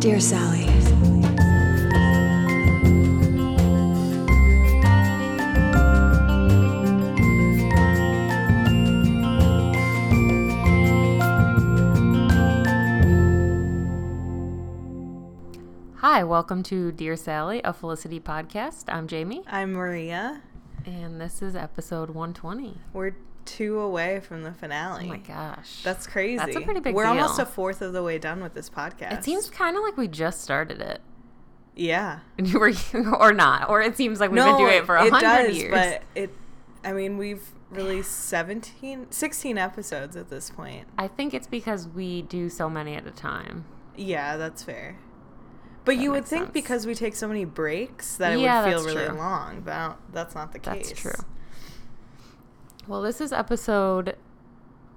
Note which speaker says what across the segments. Speaker 1: Dear Sally,
Speaker 2: Hi, welcome to Dear Sally, a Felicity podcast. I'm Jamie,
Speaker 3: I'm Maria.
Speaker 2: and this is episode 120.
Speaker 3: We're two away from the finale.
Speaker 2: Oh my gosh.
Speaker 3: That's crazy.
Speaker 2: That's a pretty big
Speaker 3: We're almost
Speaker 2: deal.
Speaker 3: a fourth of the way done with this podcast.
Speaker 2: It seems kind of like we just started it.
Speaker 3: Yeah.
Speaker 2: And you were, or not. Or it seems like we've been doing it for 100
Speaker 3: does,
Speaker 2: years.
Speaker 3: But it, I mean, we've released 17, 16 episodes at this point.
Speaker 2: I think it's because we do so many at a time.
Speaker 3: Yeah, that's fair. But you would
Speaker 2: makes
Speaker 3: think
Speaker 2: sense.
Speaker 3: because we take so many breaks that it
Speaker 2: Yeah,
Speaker 3: would feel
Speaker 2: that's
Speaker 3: really
Speaker 2: true.
Speaker 3: long, but I don't- that's not the case.
Speaker 2: That's true. Well, this is episode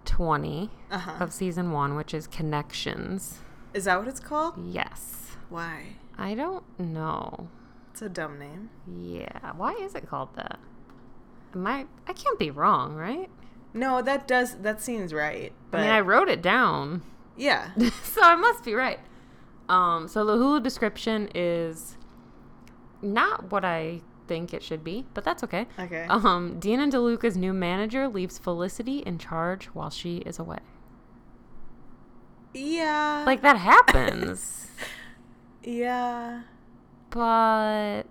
Speaker 2: 20
Speaker 3: Uh huh.
Speaker 2: of season one, which is Connections.
Speaker 3: Is that what it's called?
Speaker 2: Yes.
Speaker 3: Why?
Speaker 2: I don't know.
Speaker 3: It's a dumb name.
Speaker 2: Yeah. Why is it called that? Am I, I can't be wrong, right?
Speaker 3: No, that does. That seems right. But
Speaker 2: I mean, I wrote it down,
Speaker 3: yeah.
Speaker 2: so I must be right. Um, so the Hulu description is not what I think it should be, but that's okay.
Speaker 3: Okay.
Speaker 2: Um, Dean and DeLuca's new manager leaves Felicity in charge while she is away.
Speaker 3: Yeah.
Speaker 2: Like that happens,
Speaker 3: Yeah.
Speaker 2: but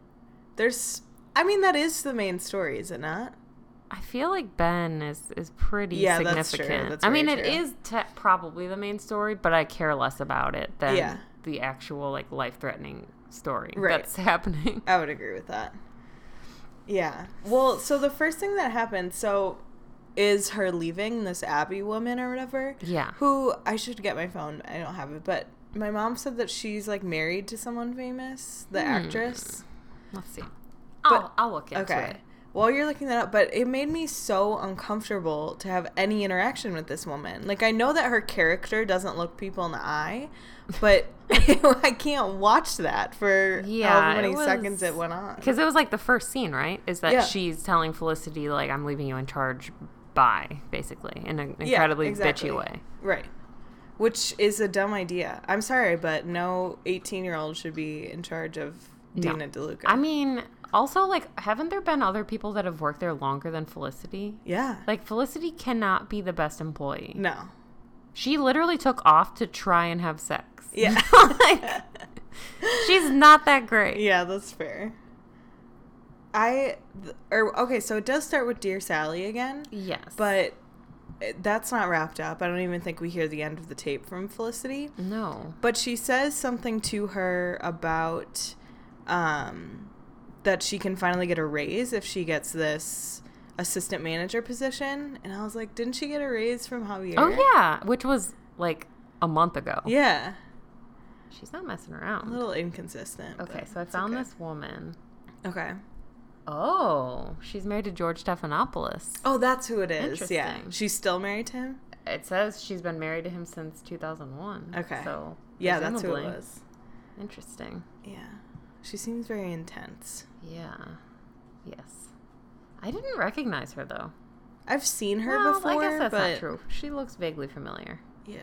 Speaker 3: There's I mean that is the main story, is it not?
Speaker 2: I feel like Ben is is pretty
Speaker 3: Yeah, that's true.
Speaker 2: significant.
Speaker 3: That's
Speaker 2: I mean,
Speaker 3: very
Speaker 2: it
Speaker 3: true.
Speaker 2: is te- probably the main story, but I care less about it than
Speaker 3: Yeah.
Speaker 2: the actual like life threatening story
Speaker 3: Right.
Speaker 2: that's happening.
Speaker 3: I would agree with that. Yeah. Well, so the first thing that happened, so is her leaving this Abby woman or whatever?
Speaker 2: Yeah.
Speaker 3: Who I should get my phone. I don't have it, but my mom said that she's like married to someone famous,
Speaker 2: Hmm.
Speaker 3: the actress.
Speaker 2: Let's see. I'll,
Speaker 3: But-
Speaker 2: I'll look into
Speaker 3: Okay.
Speaker 2: it.
Speaker 3: While you're looking that up, but it made me so uncomfortable to have any interaction with this woman. Like, I know that her character doesn't look people in the eye, but I can't watch that for
Speaker 2: Yeah,
Speaker 3: however
Speaker 2: it
Speaker 3: many
Speaker 2: was-
Speaker 3: seconds it went on.
Speaker 2: Because it was like the first scene, right? Is that
Speaker 3: Yeah.
Speaker 2: she's telling Felicity, like, I'm leaving you in charge. Bye, basically, in an incredibly
Speaker 3: exactly.
Speaker 2: bitchy way.
Speaker 3: Right. Which is a dumb idea. I'm sorry, but no 18 year old should be in charge of
Speaker 2: No.
Speaker 3: Dina DeLuca.
Speaker 2: I mean, also, like, haven't there been other people that have worked there longer than Felicity?
Speaker 3: yeah.
Speaker 2: Like, Felicity cannot be the best employee.
Speaker 3: No.
Speaker 2: She literally took off to try and have sex.
Speaker 3: Yeah.
Speaker 2: like, she's not that great.
Speaker 3: Yeah, that's fair. I th- or okay, so it does start with Dear Sally again,
Speaker 2: Yes.
Speaker 3: but eh, that's not wrapped up. I don't even think we hear the end of the tape from Felicity.
Speaker 2: no.
Speaker 3: But she says something to her about um, that she can finally get a raise if she gets this assistant manager position. And I was like, didn't she get a raise from Javier?
Speaker 2: Oh, yeah. Which was like a month ago.
Speaker 3: Yeah,
Speaker 2: She's not messing around.
Speaker 3: a little inconsistent. but
Speaker 2: Okay, so I
Speaker 3: it's
Speaker 2: found
Speaker 3: Oh, okay.
Speaker 2: this woman.
Speaker 3: Okay.
Speaker 2: Oh, she's married to George Stephanopoulos.
Speaker 3: Oh, that's who it is. Yeah,
Speaker 2: Interesting.
Speaker 3: she's still married to him.
Speaker 2: It says she's been married to him since 2001.
Speaker 3: Okay.
Speaker 2: So,
Speaker 3: Yeah, that's who it
Speaker 2: presumably-
Speaker 3: was.
Speaker 2: Interesting.
Speaker 3: Yeah. She seems very intense.
Speaker 2: Yeah. Yes. I didn't recognize her though.
Speaker 3: I've seen her
Speaker 2: Well,
Speaker 3: before.
Speaker 2: I guess that's
Speaker 3: but
Speaker 2: not true. She looks vaguely familiar.
Speaker 3: Yeah.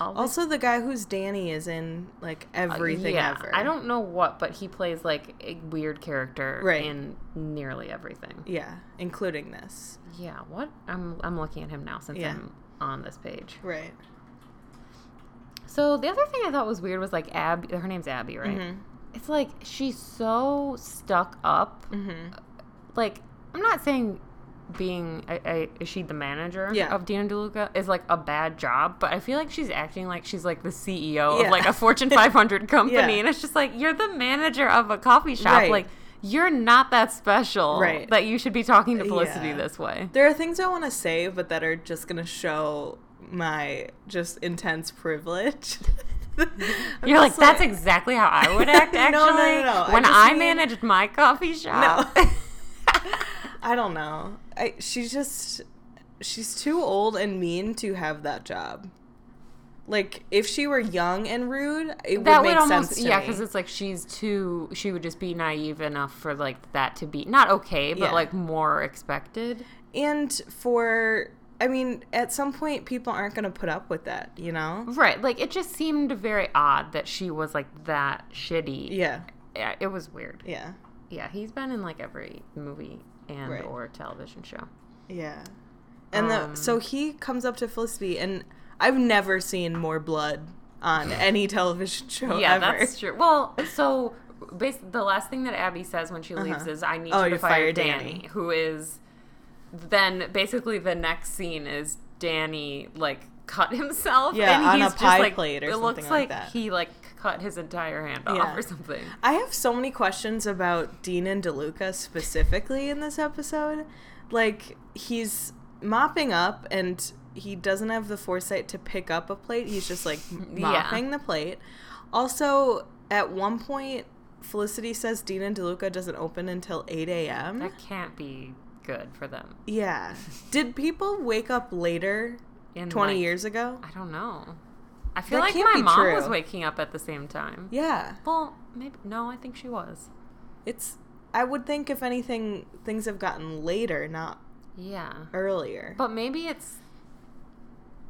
Speaker 2: I'll look-
Speaker 3: Also, the guy who's Danny is in like
Speaker 2: uh,
Speaker 3: everything
Speaker 2: yeah,
Speaker 3: ever.
Speaker 2: I don't know what, but he plays like a weird character
Speaker 3: Right.
Speaker 2: in nearly everything.
Speaker 3: Yeah, including this.
Speaker 2: Yeah. What? I'm I'm looking at him now since
Speaker 3: Yeah.
Speaker 2: I'm on this page.
Speaker 3: Right.
Speaker 2: So the other thing I thought was weird was like Abby. Her name's Abby, right? It's like she's so stuck up.
Speaker 3: Mm-hmm.
Speaker 2: Like I'm not saying being I, I, is she the manager
Speaker 3: Yeah.
Speaker 2: of Dina DeLuca is like a bad job, but I feel like she's acting like she's like the CEO
Speaker 3: Yeah.
Speaker 2: of like a Fortune 500 company,
Speaker 3: Yeah.
Speaker 2: and it's just like you're the manager of a coffee shop,
Speaker 3: Right.
Speaker 2: like. You're not that special
Speaker 3: Right.
Speaker 2: that you should be talking to Felicity
Speaker 3: Yeah.
Speaker 2: this way.
Speaker 3: There are things I want to say, but that are just gonna show my just intense privilege. I'm
Speaker 2: You're like,
Speaker 3: just
Speaker 2: that's exactly how I would act,
Speaker 3: No,
Speaker 2: actually.
Speaker 3: no, no, no. I
Speaker 2: When
Speaker 3: just
Speaker 2: I,
Speaker 3: mean-
Speaker 2: managed my coffee shop.
Speaker 3: No. I don't know. I she's just she's too old and mean to have that job. Like if she were young and rude, it
Speaker 2: that
Speaker 3: would
Speaker 2: would
Speaker 3: make
Speaker 2: almost
Speaker 3: sense to
Speaker 2: yeah
Speaker 3: me.
Speaker 2: because it's like she's too she would just be naive enough for like that to be not okay but
Speaker 3: Yeah.
Speaker 2: like more expected
Speaker 3: and for I mean, at some point, people aren't going to put up with that, you know?
Speaker 2: Right. Like it just seemed very odd that she was like that shitty.
Speaker 3: Yeah.
Speaker 2: Yeah, it was weird.
Speaker 3: Yeah.
Speaker 2: Yeah, he's been in like every movie and
Speaker 3: Right.
Speaker 2: or television show.
Speaker 3: Yeah. And
Speaker 2: Um,
Speaker 3: the, so he comes up to Felicity, and I've never seen more blood on any television show
Speaker 2: yeah,
Speaker 3: ever.
Speaker 2: that's true. Well, so bas- the last thing that Abby says when she leaves
Speaker 3: Uh-huh.
Speaker 2: is, "I need
Speaker 3: Oh,
Speaker 2: you to
Speaker 3: you
Speaker 2: fire,
Speaker 3: fire
Speaker 2: Danny,
Speaker 3: Danny.
Speaker 2: who is then basically the next scene is Danny like cut himself.
Speaker 3: Yeah,
Speaker 2: and
Speaker 3: on
Speaker 2: he's
Speaker 3: a
Speaker 2: just,
Speaker 3: pie
Speaker 2: like-
Speaker 3: plate or
Speaker 2: it
Speaker 3: something
Speaker 2: looks
Speaker 3: like
Speaker 2: like
Speaker 3: that.
Speaker 2: he like cut his entire hand off
Speaker 3: Yeah.
Speaker 2: or something.
Speaker 3: I have so many questions about Dean and DeLuca specifically in this episode. Like, he's mopping up and he doesn't have the foresight to pick up a plate. He's just like
Speaker 2: Yeah.
Speaker 3: mopping the plate. Also, at one point, Felicity says Dean and DeLuca doesn't open until 8 a.m.
Speaker 2: That can't be good for them.
Speaker 3: Yeah. Did people wake up later
Speaker 2: In
Speaker 3: 20
Speaker 2: like-
Speaker 3: years ago?
Speaker 2: I don't know. I feel
Speaker 3: That
Speaker 2: like
Speaker 3: can't
Speaker 2: my
Speaker 3: be
Speaker 2: mom
Speaker 3: true.
Speaker 2: was waking up at the same time.
Speaker 3: Yeah.
Speaker 2: Well, maybe no. I think she was.
Speaker 3: It's. I would think, if anything, things have gotten later, not
Speaker 2: Yeah,
Speaker 3: earlier.
Speaker 2: but maybe it's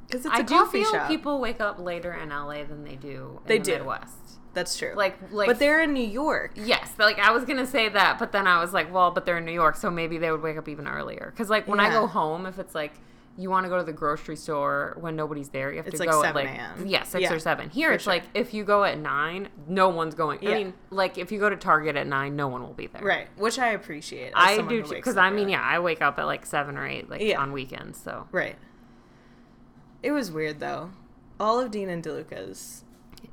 Speaker 3: Because it's a
Speaker 2: I do
Speaker 3: coffee
Speaker 2: feel
Speaker 3: shop.
Speaker 2: people wake up later in LA than they do in
Speaker 3: They
Speaker 2: the
Speaker 3: do.
Speaker 2: Midwest.
Speaker 3: That's true.
Speaker 2: Like, like,
Speaker 3: but they're in New York.
Speaker 2: yes, like I was gonna say that, but then I was like, well, but they're in New York, so maybe they would wake up even earlier. Because like when I
Speaker 3: Yeah.
Speaker 2: go home, if it's like you want to go to the grocery store when nobody's there, you have
Speaker 3: It's
Speaker 2: to
Speaker 3: like
Speaker 2: go
Speaker 3: 7
Speaker 2: at like
Speaker 3: a.m..
Speaker 2: yeah, six
Speaker 3: Yeah,
Speaker 2: or seven. Here
Speaker 3: for
Speaker 2: it's
Speaker 3: sure.
Speaker 2: like if you go at nine, no one's going. I
Speaker 3: Yeah.
Speaker 2: mean, like if you go to Target at nine, no one will be there.
Speaker 3: Right. Which I appreciate. as
Speaker 2: I
Speaker 3: someone
Speaker 2: do
Speaker 3: who
Speaker 2: too,
Speaker 3: wakes
Speaker 2: because
Speaker 3: up
Speaker 2: I mean,
Speaker 3: early.
Speaker 2: yeah, I wake up at like seven or eight, like
Speaker 3: Yeah.
Speaker 2: on weekends. So
Speaker 3: Right. It was weird though. All of Dean and DeLuca's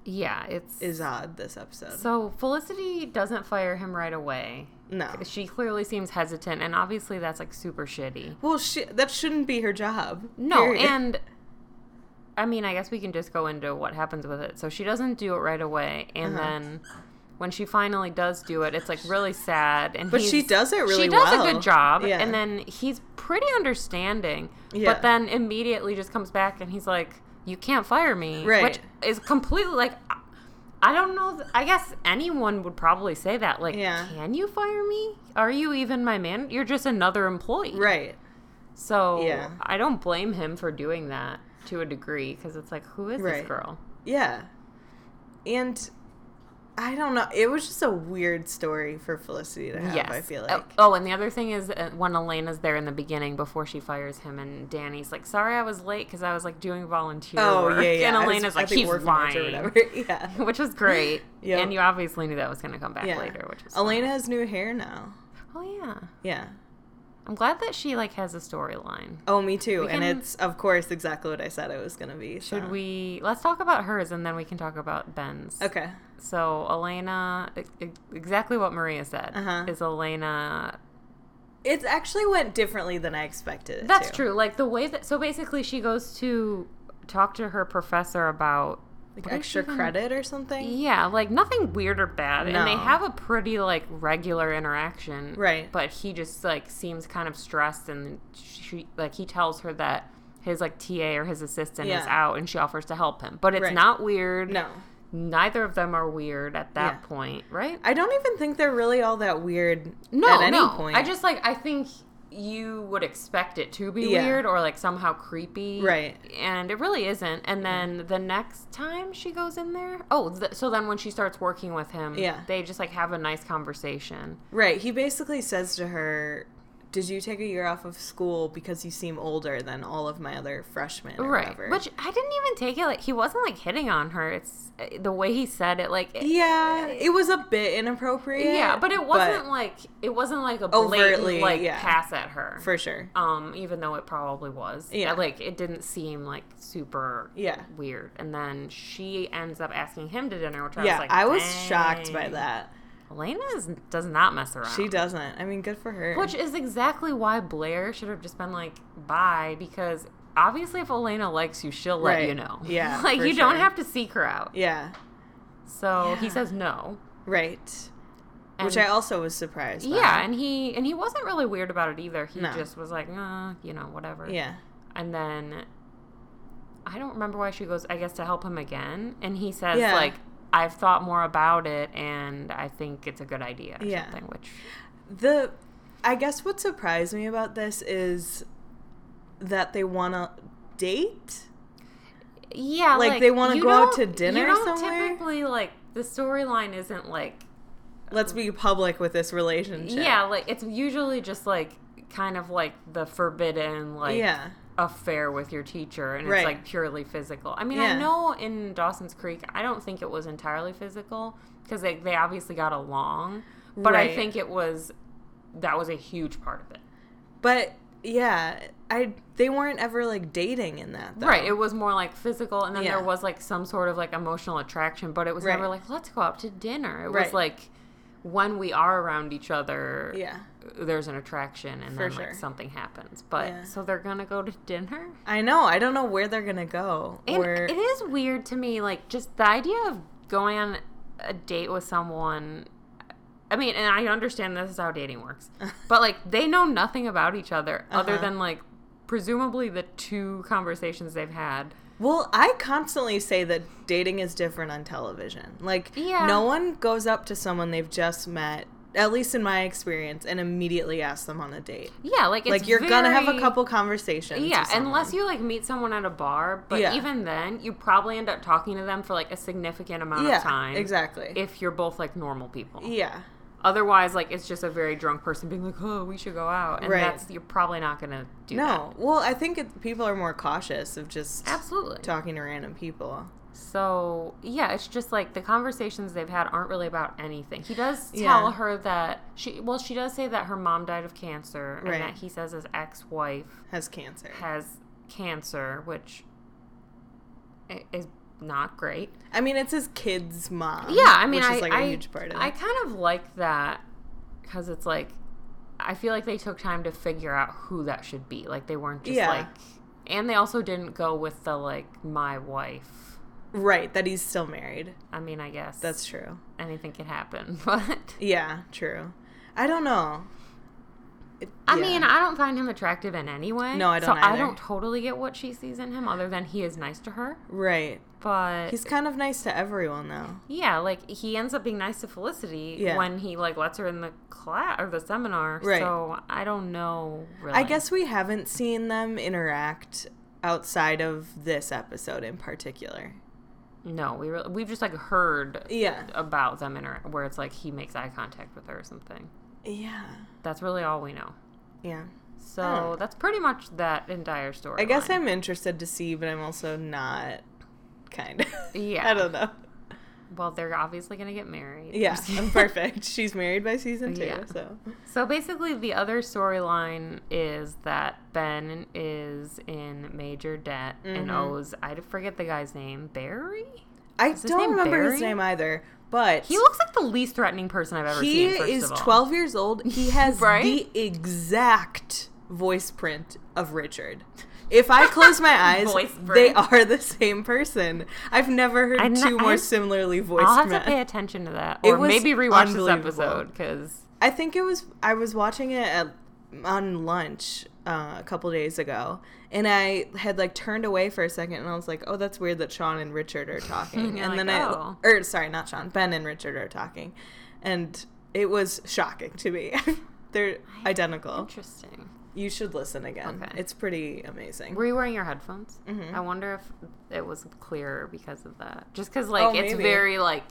Speaker 2: yeah, it's
Speaker 3: is odd this episode.
Speaker 2: so Felicity doesn't fire him right away.
Speaker 3: no.
Speaker 2: She clearly seems hesitant, and obviously that's like super shitty.
Speaker 3: Well, she, that shouldn't be her job.
Speaker 2: No,
Speaker 3: period.
Speaker 2: and I mean, I guess we can just go into what happens with it. So she doesn't do it right away, and
Speaker 3: Uh-huh.
Speaker 2: then when she finally does do it, it's like really sad. And
Speaker 3: But
Speaker 2: he's-
Speaker 3: she does it really
Speaker 2: She does a
Speaker 3: well.
Speaker 2: good job,
Speaker 3: Yeah.
Speaker 2: and then he's pretty understanding.
Speaker 3: Yeah.
Speaker 2: But then immediately just comes back and he's like, "You can't fire me," which
Speaker 3: Right.
Speaker 2: is completely like. I- I don't know. th- I guess anyone would probably say that. Like,
Speaker 3: Yeah.
Speaker 2: can you fire me? Are you even my man? You're just another employee.
Speaker 3: right.
Speaker 2: So
Speaker 3: Yeah.
Speaker 2: I don't blame him for doing that to a degree because it's like, who is this
Speaker 3: Right.
Speaker 2: girl?
Speaker 3: Yeah. And I don't know. It was just a weird story for Felicity to have. I feel like.
Speaker 2: Oh, oh, and the other thing is uh, when Elena's there in the beginning before she fires him, and Danny's like, "Sorry, I was late because I was like doing volunteer work." And
Speaker 3: Oh, I was-
Speaker 2: Elena's
Speaker 3: I
Speaker 2: like,
Speaker 3: think
Speaker 2: "He's
Speaker 3: working lunch or
Speaker 2: lying,"
Speaker 3: whatever. Yeah.
Speaker 2: which was great.
Speaker 3: Yep.
Speaker 2: And you obviously knew that was going to come back
Speaker 3: Yeah.
Speaker 2: later, which was
Speaker 3: Elena has new hair now.
Speaker 2: Oh yeah,
Speaker 3: Yeah.
Speaker 2: I'm glad that she like has a storyline.
Speaker 3: Oh, me too.
Speaker 2: We
Speaker 3: and
Speaker 2: can-
Speaker 3: it's of course exactly what I said it was gonna be.
Speaker 2: Should
Speaker 3: so.
Speaker 2: we? Let's talk about hers, and then we can talk about Ben's.
Speaker 3: Okay.
Speaker 2: So Elena, e- e- exactly what Maria said
Speaker 3: Uh-huh.
Speaker 2: is Elena.
Speaker 3: It actually went differently than I expected. It
Speaker 2: That's
Speaker 3: to.
Speaker 2: true. Like the way that so basically she goes to talk to her professor about
Speaker 3: Like
Speaker 2: What is
Speaker 3: extra
Speaker 2: even-
Speaker 3: credit or something.
Speaker 2: yeah, like nothing weird or bad, and they
Speaker 3: No.
Speaker 2: have a pretty like regular interaction,
Speaker 3: Right.
Speaker 2: But he just like seems kind of stressed, and she like he tells her that his like TA or his assistant is
Speaker 3: Yeah.
Speaker 2: out, and she offers to help him, but it's
Speaker 3: Right.
Speaker 2: not weird.
Speaker 3: No.
Speaker 2: Neither of them are weird at that
Speaker 3: Yeah.
Speaker 2: point, right?
Speaker 3: I don't even think they're really all that weird
Speaker 2: No,
Speaker 3: at any
Speaker 2: no.
Speaker 3: point.
Speaker 2: I just like I think you would expect it to be
Speaker 3: Yeah.
Speaker 2: weird or like somehow creepy,
Speaker 3: Right.
Speaker 2: And it really isn't. And then the next time she goes in there, oh, th- so then when she starts working with him,
Speaker 3: Yeah.
Speaker 2: they just like have a nice conversation.
Speaker 3: Right. He basically says to her, Did you take a year off of school because you seem older than all of my other freshmen or
Speaker 2: Right,
Speaker 3: whatever?
Speaker 2: which I didn't even take it. Like he wasn't like hitting on her. It's uh, the way he said it. Like it-
Speaker 3: yeah, it was a bit inappropriate.
Speaker 2: yeah, but it wasn't like it wasn't like a blatant
Speaker 3: Overtly,
Speaker 2: like
Speaker 3: yeah.
Speaker 2: pass at her.
Speaker 3: for sure.
Speaker 2: um, even though it probably was. Uh,
Speaker 3: Yeah.
Speaker 2: like it didn't seem like super
Speaker 3: Yeah.
Speaker 2: weird. And then she ends up asking him to dinner, which I
Speaker 3: yeah,
Speaker 2: was like,
Speaker 3: I was shocked by
Speaker 2: "Dang."
Speaker 3: that.
Speaker 2: Elena is, does not mess around.
Speaker 3: She doesn't. I mean, good for her.
Speaker 2: which is exactly why Blair should have just been like, "Bye," because obviously, if Elena likes you, she'll let
Speaker 3: Right.
Speaker 2: you know.
Speaker 3: Yeah,
Speaker 2: like
Speaker 3: for
Speaker 2: you don't
Speaker 3: sure.
Speaker 2: have to seek her out.
Speaker 3: yeah,
Speaker 2: So he
Speaker 3: Yeah.
Speaker 2: says no.
Speaker 3: right.
Speaker 2: And
Speaker 3: which I also was surprised. by.
Speaker 2: yeah, and he and he wasn't really weird about it either. He
Speaker 3: No.
Speaker 2: just was like, uh, you know, whatever.
Speaker 3: yeah,
Speaker 2: and then I don't remember why she goes, I guess to help him again. And he says,
Speaker 3: Yeah.
Speaker 2: like, I've thought more about it and I think it's a good idea or
Speaker 3: Yeah.
Speaker 2: something, which
Speaker 3: the. I guess what surprised me about this is that they want to date.
Speaker 2: Yeah,
Speaker 3: Like,
Speaker 2: like,
Speaker 3: they wanna
Speaker 2: you
Speaker 3: go out
Speaker 2: don't-
Speaker 3: to dinner
Speaker 2: You don't
Speaker 3: somewhere?
Speaker 2: typically like the storyline isn't like
Speaker 3: Let's be public with this relationship.
Speaker 2: yeah, like it's usually just like kind of like the forbidden like
Speaker 3: yeah.
Speaker 2: affair with your teacher, and
Speaker 3: Right.
Speaker 2: it's like purely physical. I mean,
Speaker 3: Yeah.
Speaker 2: I know in Dawson's Creek, I don't think it was entirely physical because they they obviously got along, but
Speaker 3: Right.
Speaker 2: I think it was that was a huge part of it.
Speaker 3: But yeah, I they weren't ever like dating in that. Though.
Speaker 2: Right. It was more like physical, and then
Speaker 3: Yeah.
Speaker 2: there was like some sort of like emotional attraction, but it was never
Speaker 3: Right.
Speaker 2: like let's go out to dinner. It
Speaker 3: Right.
Speaker 2: was like when we are around each other,
Speaker 3: Yeah.
Speaker 2: there's an attraction, and
Speaker 3: For
Speaker 2: then
Speaker 3: sure.
Speaker 2: like something happens. But
Speaker 3: Yeah.
Speaker 2: so they're gonna go to dinner.
Speaker 3: I know. I don't know where they're gonna go.
Speaker 2: And
Speaker 3: or
Speaker 2: it is weird to me, like just the idea of going on a date with someone. I mean, and I understand this is how dating works, but like they know nothing about each other other
Speaker 3: Uh-huh.
Speaker 2: than like presumably the two conversations they've had.
Speaker 3: well, I constantly say that dating is different on television. Like,
Speaker 2: Yeah.
Speaker 3: no one goes up to someone they've just met, at least in my experience, and immediately asks them on a date.
Speaker 2: Yeah, like it's
Speaker 3: like, you're gonna have a
Speaker 2: very-
Speaker 3: couple conversations. with
Speaker 2: Yeah,
Speaker 3: someone.
Speaker 2: unless you like meet someone at a bar, but
Speaker 3: Yeah.
Speaker 2: even then, you probably end up talking to them for like a significant amount
Speaker 3: yeah,
Speaker 2: of time.
Speaker 3: exactly.
Speaker 2: If you're both like normal people.
Speaker 3: yeah,
Speaker 2: Otherwise, like it's just a very drunk person being like, "Oh, we should go out," and
Speaker 3: Right.
Speaker 2: that's you're probably not gonna do that.
Speaker 3: no. Well, I think it, people are more cautious of just
Speaker 2: Absolutely.
Speaker 3: talking to random people.
Speaker 2: So yeah, it's just like the conversations they've had aren't really about anything. He does tell
Speaker 3: Yeah.
Speaker 2: her that she well, she does say that her mom died of cancer, and
Speaker 3: Right.
Speaker 2: that he says his ex-wife
Speaker 3: Has cancer.
Speaker 2: has cancer, which i- is not great.
Speaker 3: I mean, it's his kid's mom.
Speaker 2: Yeah, I mean,
Speaker 3: Um, which
Speaker 2: I
Speaker 3: is like
Speaker 2: I-
Speaker 3: a huge part of it.
Speaker 2: I kind of like that because it's like I feel like they took time to figure out who that should be. Like they weren't just
Speaker 3: Yeah.
Speaker 2: like, and they also didn't go with the like my wife.
Speaker 3: right, that he's still married.
Speaker 2: I mean, I guess
Speaker 3: That's true.
Speaker 2: anything can happen, but
Speaker 3: Yeah, true. I don't know. It-
Speaker 2: I
Speaker 3: yeah.
Speaker 2: mean, I don't find him attractive in any way.
Speaker 3: No, I
Speaker 2: So
Speaker 3: don't
Speaker 2: I
Speaker 3: either.
Speaker 2: don't totally get what she sees in him, other than he is nice to her.
Speaker 3: right.
Speaker 2: But
Speaker 3: He's kind of nice to everyone, though.
Speaker 2: Yeah, like he ends up being nice to Felicity
Speaker 3: Yeah.
Speaker 2: when he like lets her in the class or the seminar.
Speaker 3: Right.
Speaker 2: So I don't know really.
Speaker 3: I guess we haven't seen them interact outside of this episode in particular.
Speaker 2: no, we really, we've just like heard
Speaker 3: Yeah.
Speaker 2: about them inter- where it's like he makes eye contact with her or something.
Speaker 3: Yeah.
Speaker 2: That's really all we know.
Speaker 3: Yeah.
Speaker 2: So that's pretty much that entire story.
Speaker 3: Hmm. I guess I'm interested to see, but I'm also not. Kind of.
Speaker 2: Yeah.
Speaker 3: I don't know.
Speaker 2: Well, they're obviously gonna get married.
Speaker 3: Yeah. I'm perfect. She's married by season two,
Speaker 2: Yeah.
Speaker 3: so.
Speaker 2: So basically, the other storyline is that Ben is in major debt
Speaker 3: Mm-hmm.
Speaker 2: and owes, I forget the guy's name, Barry?
Speaker 3: I
Speaker 2: his
Speaker 3: don't
Speaker 2: name
Speaker 3: remember
Speaker 2: Barry?
Speaker 3: his name either, but
Speaker 2: He looks like the least threatening person I've ever
Speaker 3: he
Speaker 2: seen. first
Speaker 3: is
Speaker 2: of all.
Speaker 3: 12 years old. He has
Speaker 2: Right?
Speaker 3: the exact voice print of Richard. If I close my eyes,
Speaker 2: Voice
Speaker 3: they
Speaker 2: print.
Speaker 3: are the same person. I've never heard
Speaker 2: I'm
Speaker 3: two
Speaker 2: not-
Speaker 3: more
Speaker 2: I'm-
Speaker 3: similarly
Speaker 2: I'll
Speaker 3: voiced
Speaker 2: have to pay
Speaker 3: men.
Speaker 2: attention to that,
Speaker 3: It
Speaker 2: or
Speaker 3: was
Speaker 2: maybe rewatch this
Speaker 3: unbelievable.
Speaker 2: episode because
Speaker 3: I think it was I was watching it at, on lunch uh, a couple days ago, and I had like turned away for a second, and I was like, "Oh, that's weird that Sean and Richard are talking."
Speaker 2: You're
Speaker 3: and
Speaker 2: like,
Speaker 3: then
Speaker 2: "Oh."
Speaker 3: I, or sorry, not Sean, Ben and Richard are talking, and it was shocking to me. They're identical.
Speaker 2: interesting.
Speaker 3: You should listen again.
Speaker 2: Okay.
Speaker 3: It's pretty amazing.
Speaker 2: Were you wearing your headphones?
Speaker 3: Mm-hmm.
Speaker 2: I wonder if it was clearer because of that. Just because like
Speaker 3: Oh,
Speaker 2: it's
Speaker 3: maybe.
Speaker 2: very like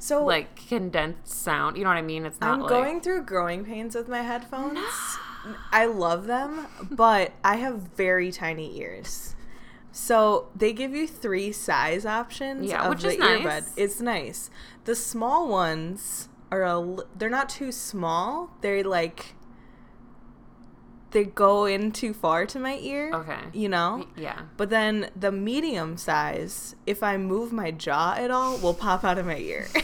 Speaker 3: So
Speaker 2: like condensed sound. You know what I mean? It's not
Speaker 3: I'm
Speaker 2: like
Speaker 3: going through growing pains with my headphones. I love them, but I have very tiny ears. So they give you three size options
Speaker 2: Yeah,
Speaker 3: of
Speaker 2: which
Speaker 3: the
Speaker 2: is nice.
Speaker 3: earbud. It's nice. The small ones are a l- they're not too small. They're like they go in too far to my ear.
Speaker 2: Okay.
Speaker 3: You know?
Speaker 2: yeah.
Speaker 3: But then the medium size, if I move my jaw at all, will pop out of my ear.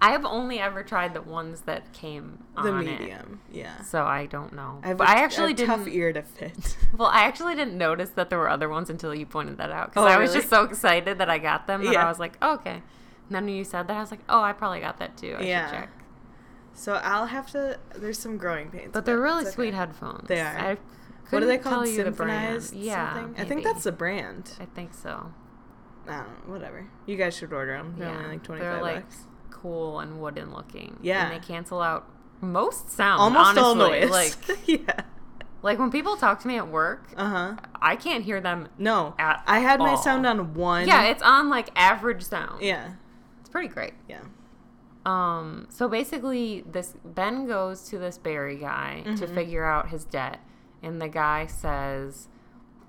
Speaker 2: I have only ever tried the ones that came
Speaker 3: the
Speaker 2: on it.
Speaker 3: medium, yeah.
Speaker 2: So I don't know.
Speaker 3: I have a
Speaker 2: but I
Speaker 3: t- a
Speaker 2: actually didn't.
Speaker 3: tough ear to fit.
Speaker 2: Well, I actually didn't notice that there were other ones until you pointed that out because
Speaker 3: Oh,
Speaker 2: I was
Speaker 3: really?
Speaker 2: just so excited that I got them that
Speaker 3: Yeah.
Speaker 2: I was like, oh, okay. And then when you said that, I was like, oh, I probably got that too. I
Speaker 3: Yeah.
Speaker 2: should check.
Speaker 3: So I'll have to. There's some growing pains,
Speaker 2: But they're really
Speaker 3: it's okay.
Speaker 2: sweet headphones.
Speaker 3: They are.
Speaker 2: I
Speaker 3: What are they
Speaker 2: couldn't tell
Speaker 3: called?
Speaker 2: you the brand.
Speaker 3: Symphonized?
Speaker 2: Yeah,
Speaker 3: something? I think
Speaker 2: maybe.
Speaker 3: that's the brand.
Speaker 2: I think so.
Speaker 3: I don't know, whatever. You guys should order them. They're
Speaker 2: yeah,
Speaker 3: only like twenty
Speaker 2: they're
Speaker 3: five
Speaker 2: like
Speaker 3: bucks.
Speaker 2: cool and wooden looking.
Speaker 3: Yeah.
Speaker 2: and they cancel out most sound.
Speaker 3: Almost
Speaker 2: honestly.
Speaker 3: all noise.
Speaker 2: Like
Speaker 3: yeah.
Speaker 2: Like when people talk to me at work,
Speaker 3: Uh huh.
Speaker 2: I can't hear them.
Speaker 3: No.
Speaker 2: At
Speaker 3: I had my
Speaker 2: all.
Speaker 3: sound on one.
Speaker 2: Yeah, it's on like average sound.
Speaker 3: yeah.
Speaker 2: It's pretty great.
Speaker 3: Yeah.
Speaker 2: Um, so basically, this Ben goes to this Barry guy to
Speaker 3: Mm-hmm.
Speaker 2: figure out his debt, and the guy says,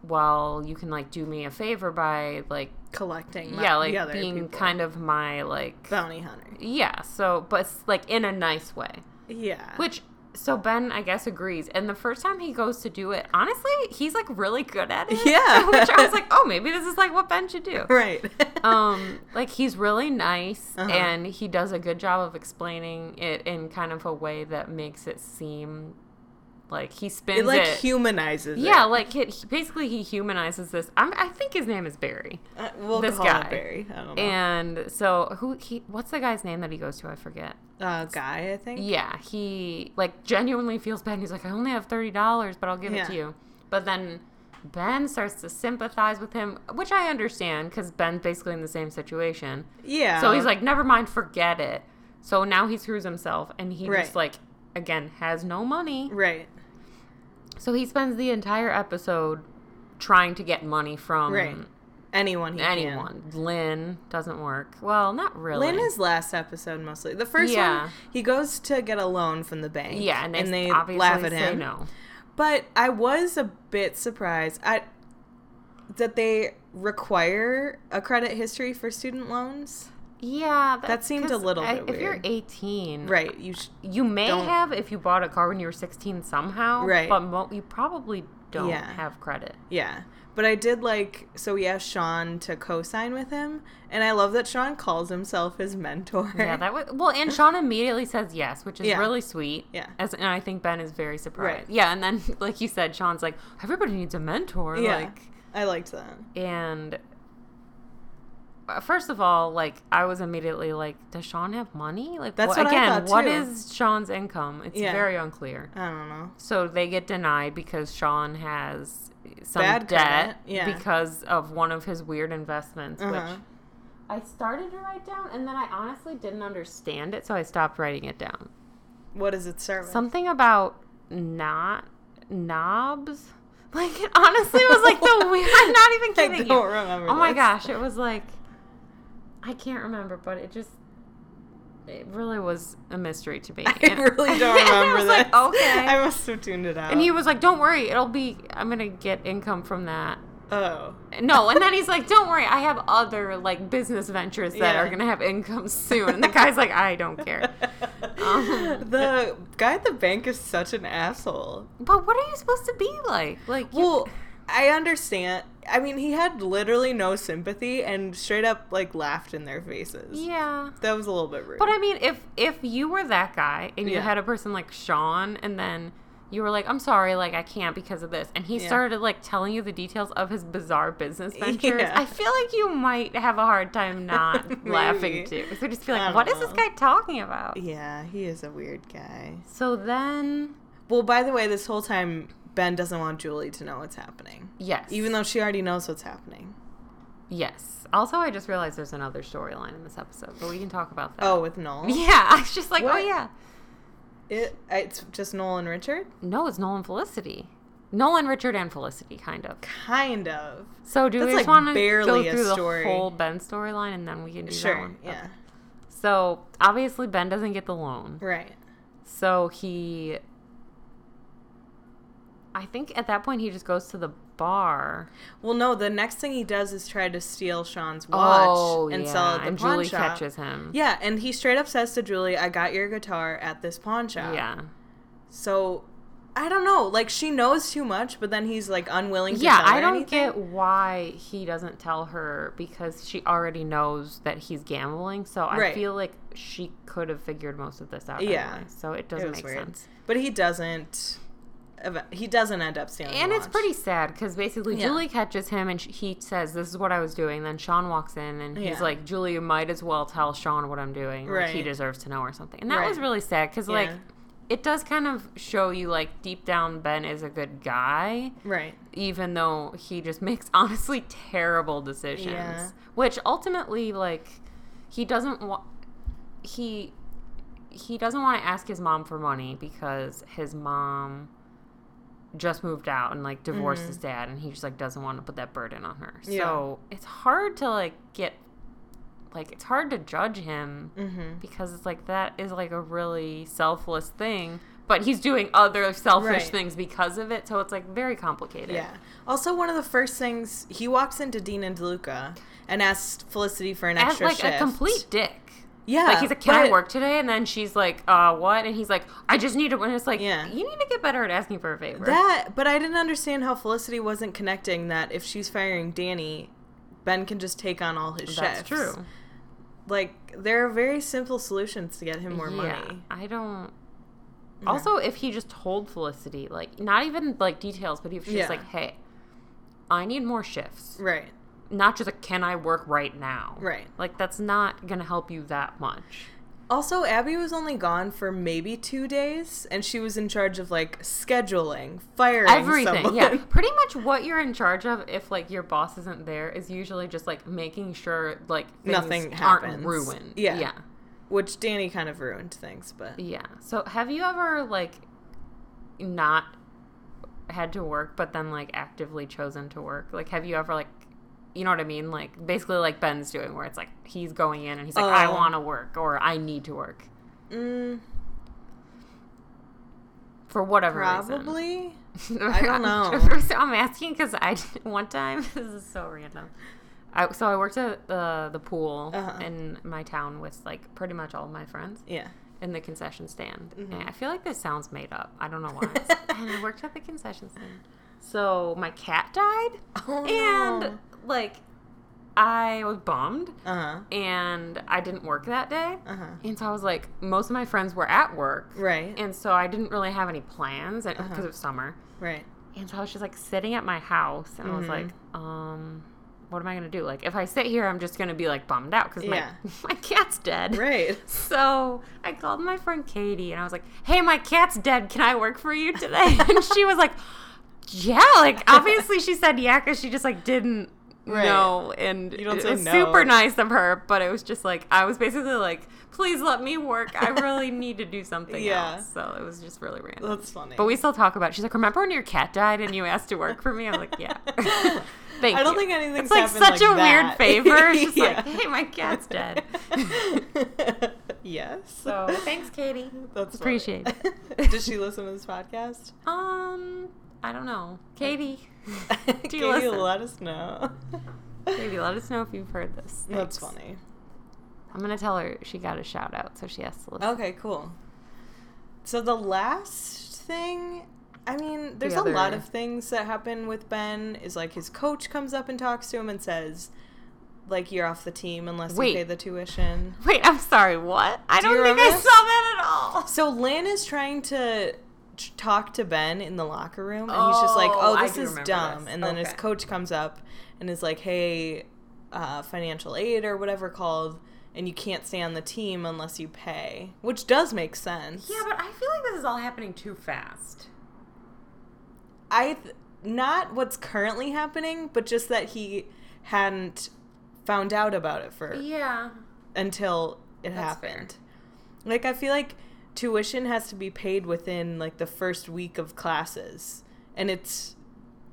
Speaker 2: "Well, you can like do me a favor by like,
Speaker 3: Collecting.
Speaker 2: yeah, like
Speaker 3: the other
Speaker 2: being
Speaker 3: people.
Speaker 2: kind of my like,
Speaker 3: bounty hunter.
Speaker 2: yeah." So, but s- like in a nice way,
Speaker 3: Yeah.
Speaker 2: which so Ben I guess agrees. And the first time he goes to do it, honestly, he's like really good at it.
Speaker 3: Yeah.
Speaker 2: which I was like, oh, maybe this is like what Ben should do
Speaker 3: right.
Speaker 2: um like he's really nice
Speaker 3: Uh-huh.
Speaker 2: and he does a good job of explaining it in kind of a way that makes it seem like he spins
Speaker 3: it
Speaker 2: it,
Speaker 3: like humanizes.
Speaker 2: yeah
Speaker 3: It.
Speaker 2: like it, he- basically he humanizes this I'm, i think his name is barry
Speaker 3: Uh, we'll
Speaker 2: this
Speaker 3: call
Speaker 2: guy.
Speaker 3: it Barry. I don't know.
Speaker 2: and so who he what's the guy's name that he goes to i forget
Speaker 3: uh, guy, I think.
Speaker 2: yeah he like genuinely feels bad he's like i only have $30 but i'll give it to
Speaker 3: Yeah.
Speaker 2: you but then ben starts to sympathize with him which i understand because ben's basically in the same situation
Speaker 3: Yeah.
Speaker 2: So he's like, never mind, forget it. So now he screws himself and he just
Speaker 3: Right.
Speaker 2: like again has no money.
Speaker 3: right.
Speaker 2: So he spends the entire episode trying to get money from
Speaker 3: Right. Anyone he can.
Speaker 2: Um, anyone. Lynn doesn't work. Well, not really.
Speaker 3: Lynn is last episode mostly. The first
Speaker 2: Yeah.
Speaker 3: one, he goes to get a loan from the bank.
Speaker 2: yeah, and they,
Speaker 3: and they
Speaker 2: obviously
Speaker 3: laugh at
Speaker 2: say
Speaker 3: him.
Speaker 2: no.
Speaker 3: But I was a bit surprised at that they require a credit history for student loans.
Speaker 2: Yeah,
Speaker 3: That seemed a
Speaker 2: 'cause
Speaker 3: little
Speaker 2: I-
Speaker 3: bit
Speaker 2: If you're
Speaker 3: weird.
Speaker 2: 18,
Speaker 3: Right. You sh-
Speaker 2: you may
Speaker 3: Don't-
Speaker 2: have if you bought a car when you were 16 somehow,
Speaker 3: Right.
Speaker 2: But mo- you probably don't
Speaker 3: Yeah.
Speaker 2: have credit.
Speaker 3: Yeah. But I did like so we asked Sean to co-sign with him, and I love that Sean calls himself his mentor.
Speaker 2: Yeah, that was well. And Sean immediately says yes, which is
Speaker 3: Yeah.
Speaker 2: really sweet.
Speaker 3: Yeah.
Speaker 2: as and I think Ben is very surprised.
Speaker 3: Right.
Speaker 2: Yeah, and then like you said, Sean's like everybody needs a mentor.
Speaker 3: Yeah.
Speaker 2: Like,
Speaker 3: I liked that.
Speaker 2: and uh, first of all, like I was immediately like, does Sean have money? Like,
Speaker 3: That's what I
Speaker 2: again,
Speaker 3: thought,
Speaker 2: what
Speaker 3: too.
Speaker 2: is Sean's income? It's
Speaker 3: Yeah.
Speaker 2: very unclear.
Speaker 3: I don't know.
Speaker 2: So they get denied because Sean has some
Speaker 3: Bad
Speaker 2: debt
Speaker 3: credit, yeah.
Speaker 2: because of one of his weird investments,
Speaker 3: Uh-huh.
Speaker 2: which I started to write down and then I honestly didn't understand it, so I stopped writing it down.
Speaker 3: What does it serve?
Speaker 2: Something about not knobs. Like it honestly was like the weird. I'm not even
Speaker 3: I
Speaker 2: kidding
Speaker 3: don't
Speaker 2: you.
Speaker 3: remember.
Speaker 2: Oh my
Speaker 3: this.
Speaker 2: gosh, it was like I can't remember, but it just it really was a mystery to me.
Speaker 3: I really don't remember
Speaker 2: I was
Speaker 3: this.
Speaker 2: like, okay.
Speaker 3: I must have tuned it out.
Speaker 2: and he was like, "Don't worry, it'll be. I'm gonna get income from that."
Speaker 3: Oh.
Speaker 2: No, and then he's like, "Don't worry, I have other like business ventures that
Speaker 3: Yeah.
Speaker 2: are gonna have income soon." And the guy's like, "I don't care." Um.
Speaker 3: the guy at the bank is such an asshole.
Speaker 2: But what are you supposed to be like? Like, you-
Speaker 3: Well, I understand. I mean, he had literally no sympathy and straight up like laughed in their faces.
Speaker 2: yeah.
Speaker 3: That was a little bit rude.
Speaker 2: But I mean, if if you were that guy and you
Speaker 3: Yeah.
Speaker 2: had a person like Sean, and then you were like, "I'm sorry, like I can't because of this," and he
Speaker 3: Yeah.
Speaker 2: started like telling you the details of his bizarre business ventures,
Speaker 3: Yeah.
Speaker 2: I feel like you might have a hard time not laughing
Speaker 3: Maybe.
Speaker 2: too. So just be
Speaker 3: I
Speaker 2: like,
Speaker 3: don't
Speaker 2: "What is this
Speaker 3: know.
Speaker 2: guy talking about?"
Speaker 3: yeah, he is a weird guy.
Speaker 2: So then,
Speaker 3: Well, by the way, this whole time Ben doesn't want Julie to know what's happening,
Speaker 2: yes,
Speaker 3: even though she already knows what's happening.
Speaker 2: yes. Also, I just realized there's another storyline in this episode, but we can talk about that.
Speaker 3: Oh, with Noel.
Speaker 2: yeah, I was just like, oh
Speaker 3: What?
Speaker 2: yeah.
Speaker 3: It, it's just Noel and Richard.
Speaker 2: No, it's Nolan Felicity. Nolan, Richard, and Felicity, kind of.
Speaker 3: Kind of.
Speaker 2: So do
Speaker 3: That's,
Speaker 2: we just
Speaker 3: like,
Speaker 2: want to go
Speaker 3: barely a
Speaker 2: through the
Speaker 3: story.
Speaker 2: whole Ben storyline and then we can do that
Speaker 3: Sure.
Speaker 2: one?
Speaker 3: Yeah.
Speaker 2: So obviously Ben doesn't get the loan.
Speaker 3: Right.
Speaker 2: So he, I think at that point he just goes to the bar.
Speaker 3: Well, no. The next thing he does is try to steal Sean's watch and sell it at the
Speaker 2: Oh, and
Speaker 3: pawn
Speaker 2: Julie
Speaker 3: shop.
Speaker 2: catches him.
Speaker 3: Yeah, and he straight up says to Julie, "I got your guitar at this pawn shop."
Speaker 2: Yeah.
Speaker 3: So, I don't know. Like she knows too much, but then he's like unwilling. to
Speaker 2: Yeah,
Speaker 3: tell
Speaker 2: I
Speaker 3: her
Speaker 2: don't
Speaker 3: anything.
Speaker 2: get why he doesn't tell her because she already knows that he's gambling. So I
Speaker 3: Right.
Speaker 2: feel like she could have figured most of this out.
Speaker 3: Yeah.
Speaker 2: anyway, so it doesn't
Speaker 3: was
Speaker 2: make
Speaker 3: weird.
Speaker 2: sense.
Speaker 3: But he doesn't. ev- He doesn't end up stealing. the
Speaker 2: And it's
Speaker 3: watch.
Speaker 2: pretty sad because basically
Speaker 3: Yeah.
Speaker 2: Julie catches him and sh- he says, "This is what I was doing." Then Sean walks in and he's
Speaker 3: Yeah.
Speaker 2: like, "Julie, you might as well tell Sean what I'm doing. Like, he
Speaker 3: Right.
Speaker 2: deserves to know or something." And that was
Speaker 3: Right.
Speaker 2: really sad because like
Speaker 3: Yeah.
Speaker 2: it does kind of show you like deep down Ben is a good guy,
Speaker 3: right.
Speaker 2: even though he just makes honestly terrible decisions,
Speaker 3: Yeah.
Speaker 2: which ultimately like he doesn't want he he doesn't want to ask his mom for money because his mom just moved out and like divorced
Speaker 3: Mm-hmm.
Speaker 2: his dad and he just like doesn't want to put that burden on her. So it's hard to like get like it's hard to judge him
Speaker 3: Mm-hmm.
Speaker 2: because it's like that is like a really selfless thing, but he's doing other selfish
Speaker 3: Right.
Speaker 2: things because of it. So it's like very complicated.
Speaker 3: Yeah. Also, one of the first things he walks into Dean and DeLuca and asks Felicity for an
Speaker 2: As
Speaker 3: extra
Speaker 2: like
Speaker 3: shift.
Speaker 2: a complete dick.
Speaker 3: Yeah.
Speaker 2: Like he's like, "Can I
Speaker 3: but-
Speaker 2: work today?" And then she's like, "Uh, what?" And he's like, "I just need to." And it's like,
Speaker 3: Yeah.
Speaker 2: "You need to get better at asking for a favor."
Speaker 3: That, but I didn't understand how Felicity wasn't connecting that if she's firing Danny, Ben can just take on all his
Speaker 2: That's
Speaker 3: chefs.
Speaker 2: true.
Speaker 3: Like there are very simple solutions to get him more money.
Speaker 2: I don't. Also, if he just told Felicity, like, not even like details, but if she's
Speaker 3: Yeah.
Speaker 2: like, "Hey, I need more shifts,"
Speaker 3: Right.
Speaker 2: not just like, "Can I work right now?"
Speaker 3: Right.
Speaker 2: Like that's not gonna help you that much.
Speaker 3: Also, Abby was only gone for maybe two days, and she was in charge of like scheduling, firing,
Speaker 2: Everything,
Speaker 3: someone.
Speaker 2: yeah. Pretty much what you're in charge of, if like your boss isn't there, is usually just like making sure like things
Speaker 3: Nothing
Speaker 2: aren't
Speaker 3: happens.
Speaker 2: ruined.
Speaker 3: Yeah.
Speaker 2: yeah,
Speaker 3: Which Danny kind of ruined things, but
Speaker 2: yeah. So have you ever like not had to work, but then like actively chosen to work? Like, have you ever like, you know what I mean? Like basically like Ben's doing, where it's like he's going in and he's like, I
Speaker 3: Oh.
Speaker 2: want to work or I need to work
Speaker 3: mm,
Speaker 2: for whatever reason.
Speaker 3: probably. I don't know.
Speaker 2: First, I'm asking because I did- one time this is so random. I, so I worked at the the pool
Speaker 3: Uh-huh.
Speaker 2: in my town with like pretty much all of my friends
Speaker 3: Yeah.
Speaker 2: in the concession stand.
Speaker 3: Mm-hmm.
Speaker 2: And I feel like this sounds made up. I don't know why. and I worked at the concession stand. So my cat died,
Speaker 3: Oh
Speaker 2: and like I was bummed,
Speaker 3: Uh huh.
Speaker 2: and I didn't work that day.
Speaker 3: Uh huh.
Speaker 2: And so I was like, most of my friends were at work,
Speaker 3: Right. Uh-huh.
Speaker 2: and so I didn't really have any plans because it was summer.
Speaker 3: right.
Speaker 2: And so I was just like sitting at my house and I was like,
Speaker 3: Mm-hmm.
Speaker 2: um, what am I gonna do? Like, if I sit here, I'm just gonna be like bummed out because
Speaker 3: Yeah.
Speaker 2: my, my cat's dead.
Speaker 3: Right.
Speaker 2: So I called my friend Katie and I was like, hey, my cat's dead. Can I work for you today? and she was like, yeah. Like, obviously she said yeah because she just like didn't
Speaker 3: Right.
Speaker 2: know. And
Speaker 3: You don't
Speaker 2: it
Speaker 3: say
Speaker 2: was
Speaker 3: no.
Speaker 2: super nice of her, but it was just like, I was basically like, please let me work. I really need to do something
Speaker 3: Yeah.
Speaker 2: else. So it was just really random.
Speaker 3: That's funny.
Speaker 2: But we still talk about. It. She's like, "Remember when your cat died and you asked to work for me?" I'm like, "Yeah." Thank
Speaker 3: I don't
Speaker 2: you.
Speaker 3: think anything's
Speaker 2: it's like
Speaker 3: happened
Speaker 2: such
Speaker 3: like
Speaker 2: a weird
Speaker 3: that.
Speaker 2: favor. It's just
Speaker 3: Yeah.
Speaker 2: like, "Hey, my cat's dead."
Speaker 3: yes.
Speaker 2: so thanks, Katie.
Speaker 3: That's funny.
Speaker 2: appreciate
Speaker 3: Does she listen to this podcast?
Speaker 2: Um, I don't know, Katie.
Speaker 3: Katie,
Speaker 2: listen?
Speaker 3: let us know.
Speaker 2: Katie, let us know if you've heard this.
Speaker 3: That's
Speaker 2: Thanks.
Speaker 3: funny.
Speaker 2: I'm gonna tell her she got a shout out, so she has to listen.
Speaker 3: Okay, cool. So the last thing, I mean, there's
Speaker 2: The
Speaker 3: a lot
Speaker 2: other-
Speaker 3: of things that happen with Ben. Is like his coach comes up and talks to him and says, like, you're off the team unless
Speaker 2: Wait.
Speaker 3: you pay the tuition.
Speaker 2: Wait, I'm sorry. What? I
Speaker 3: Oh. Do
Speaker 2: don't
Speaker 3: you
Speaker 2: think I
Speaker 3: remember
Speaker 2: saw
Speaker 3: this?
Speaker 2: that at all.
Speaker 3: So Lynn is trying to t- talk to Ben in the locker room, and he's just like,
Speaker 2: Oh,
Speaker 3: "Oh,
Speaker 2: I
Speaker 3: this
Speaker 2: do
Speaker 3: is
Speaker 2: remember
Speaker 3: dumb."
Speaker 2: this.
Speaker 3: And then his
Speaker 2: Okay.
Speaker 3: coach comes up and is like, "Hey, uh, financial aid or whatever called, and you can't stay on the team unless you pay," which does make sense.
Speaker 2: but I feel like this is all happening too fast.
Speaker 3: I th- not what's currently happening, but just that he hadn't found out about it for
Speaker 2: Yeah.
Speaker 3: until it
Speaker 2: That's fair.
Speaker 3: happened. Like I feel like tuition has to be paid within like the first week of classes, and it's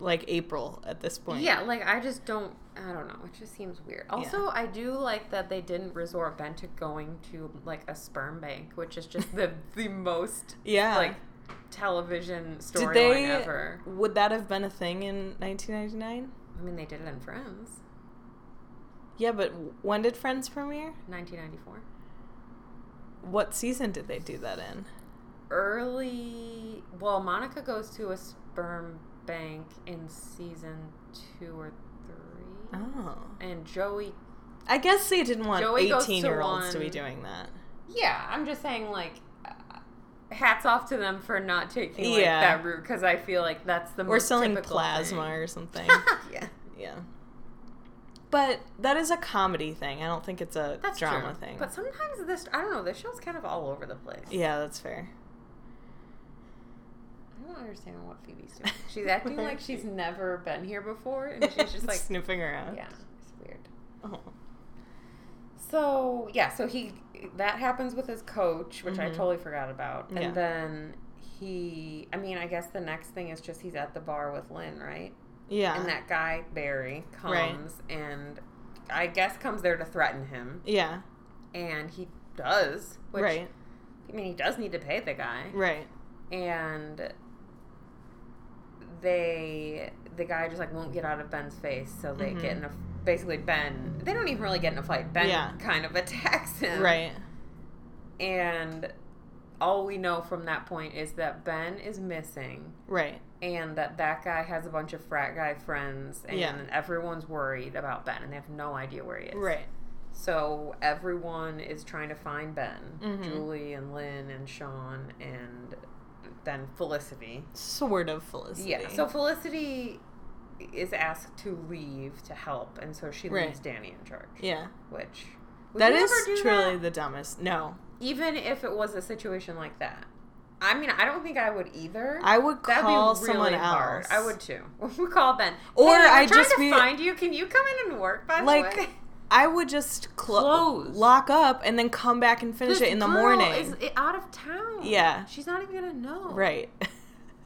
Speaker 3: like April at this point.
Speaker 2: Yeah, like I just don't. I don't know. It just seems weird. Also, I do like that they didn't resort Ben to going to like a sperm bank, which is just the the most
Speaker 3: yeah.
Speaker 2: like television
Speaker 3: did
Speaker 2: storyline
Speaker 3: they?
Speaker 2: ever.
Speaker 3: Would that have been a thing in 1999?
Speaker 2: I mean, they did it in Friends,
Speaker 3: Yeah, but when did Friends premiere?
Speaker 2: 1994.
Speaker 3: What season did they do that in?
Speaker 2: Early. Well, Monica goes to a sperm bank in season two or three,
Speaker 3: Oh,
Speaker 2: and Joey.
Speaker 3: I guess they didn't want
Speaker 2: Joey goes to
Speaker 3: 18 year olds to be
Speaker 2: one-
Speaker 3: doing that.
Speaker 2: Yeah, I'm just saying, like, uh, hats off to them for not taking like,
Speaker 3: Yeah.
Speaker 2: that route because I feel like that's the
Speaker 3: Or
Speaker 2: most
Speaker 3: selling
Speaker 2: typical
Speaker 3: plasma
Speaker 2: thing.
Speaker 3: or something.
Speaker 2: yeah,
Speaker 3: yeah. But that is a comedy thing. I don't think it's a
Speaker 2: that's
Speaker 3: drama
Speaker 2: true.
Speaker 3: thing.
Speaker 2: But sometimes this, I don't know, this show's kind of all over the place.
Speaker 3: Yeah, that's fair.
Speaker 2: I don't understand what Phoebe's doing. She's acting like she's never been here before, and she's just like,
Speaker 3: sniffing around.
Speaker 2: yeah, it's weird.
Speaker 3: Oh.
Speaker 2: So yeah, so he that happens with his coach, which I totally forgot about, and
Speaker 3: Mm-hmm. Yeah.
Speaker 2: then he, I mean, I guess the next thing is just he's at the bar with Lynn, right?
Speaker 3: Yeah.
Speaker 2: And that guy, Barry,
Speaker 3: Right.
Speaker 2: comes and I guess comes there to threaten him.
Speaker 3: yeah.
Speaker 2: And he does. Which,
Speaker 3: right.
Speaker 2: I mean, he does need to pay the guy.
Speaker 3: Right.
Speaker 2: And they, the guy just like won't get out of Ben's face. So they
Speaker 3: Mhm.
Speaker 2: get in a, basically Ben, they don't even really get in a fight. Ben
Speaker 3: Yeah.
Speaker 2: kind of attacks him.
Speaker 3: Right.
Speaker 2: And all we know from that point is that Ben is missing
Speaker 3: Right.
Speaker 2: and that that guy has a bunch of frat guy friends and
Speaker 3: Yeah.
Speaker 2: everyone's worried about Ben and they have no idea where he is.
Speaker 3: Right.
Speaker 2: So everyone is trying to find Ben.
Speaker 3: Mhm.
Speaker 2: Julie and Lynn and Sean and then Felicity.
Speaker 3: Sort of Felicity.
Speaker 2: Yeah. So Felicity is asked to leave to help and so she
Speaker 3: Right.
Speaker 2: leaves Danny in charge.
Speaker 3: yeah.
Speaker 2: Which would
Speaker 3: That
Speaker 2: you
Speaker 3: is
Speaker 2: ever do
Speaker 3: truly
Speaker 2: that?
Speaker 3: the dumbest. No.
Speaker 2: even if it was a situation like that. I mean, I don't think I would either.
Speaker 3: I would
Speaker 2: That'd
Speaker 3: call
Speaker 2: be really
Speaker 3: someone else.
Speaker 2: hard. I would too. We call Ben.
Speaker 3: Or
Speaker 2: hey, we're
Speaker 3: I'd
Speaker 2: trying
Speaker 3: just
Speaker 2: to
Speaker 3: be-
Speaker 2: find you. Can you come in and work? By
Speaker 3: Like,
Speaker 2: the way,
Speaker 3: I would just clo-
Speaker 2: Close.
Speaker 3: lock up and then come back and finish
Speaker 2: This
Speaker 3: it in the
Speaker 2: girl
Speaker 3: morning.
Speaker 2: Is i- out of town.
Speaker 3: Yeah.
Speaker 2: she's not even gonna know.
Speaker 3: Right.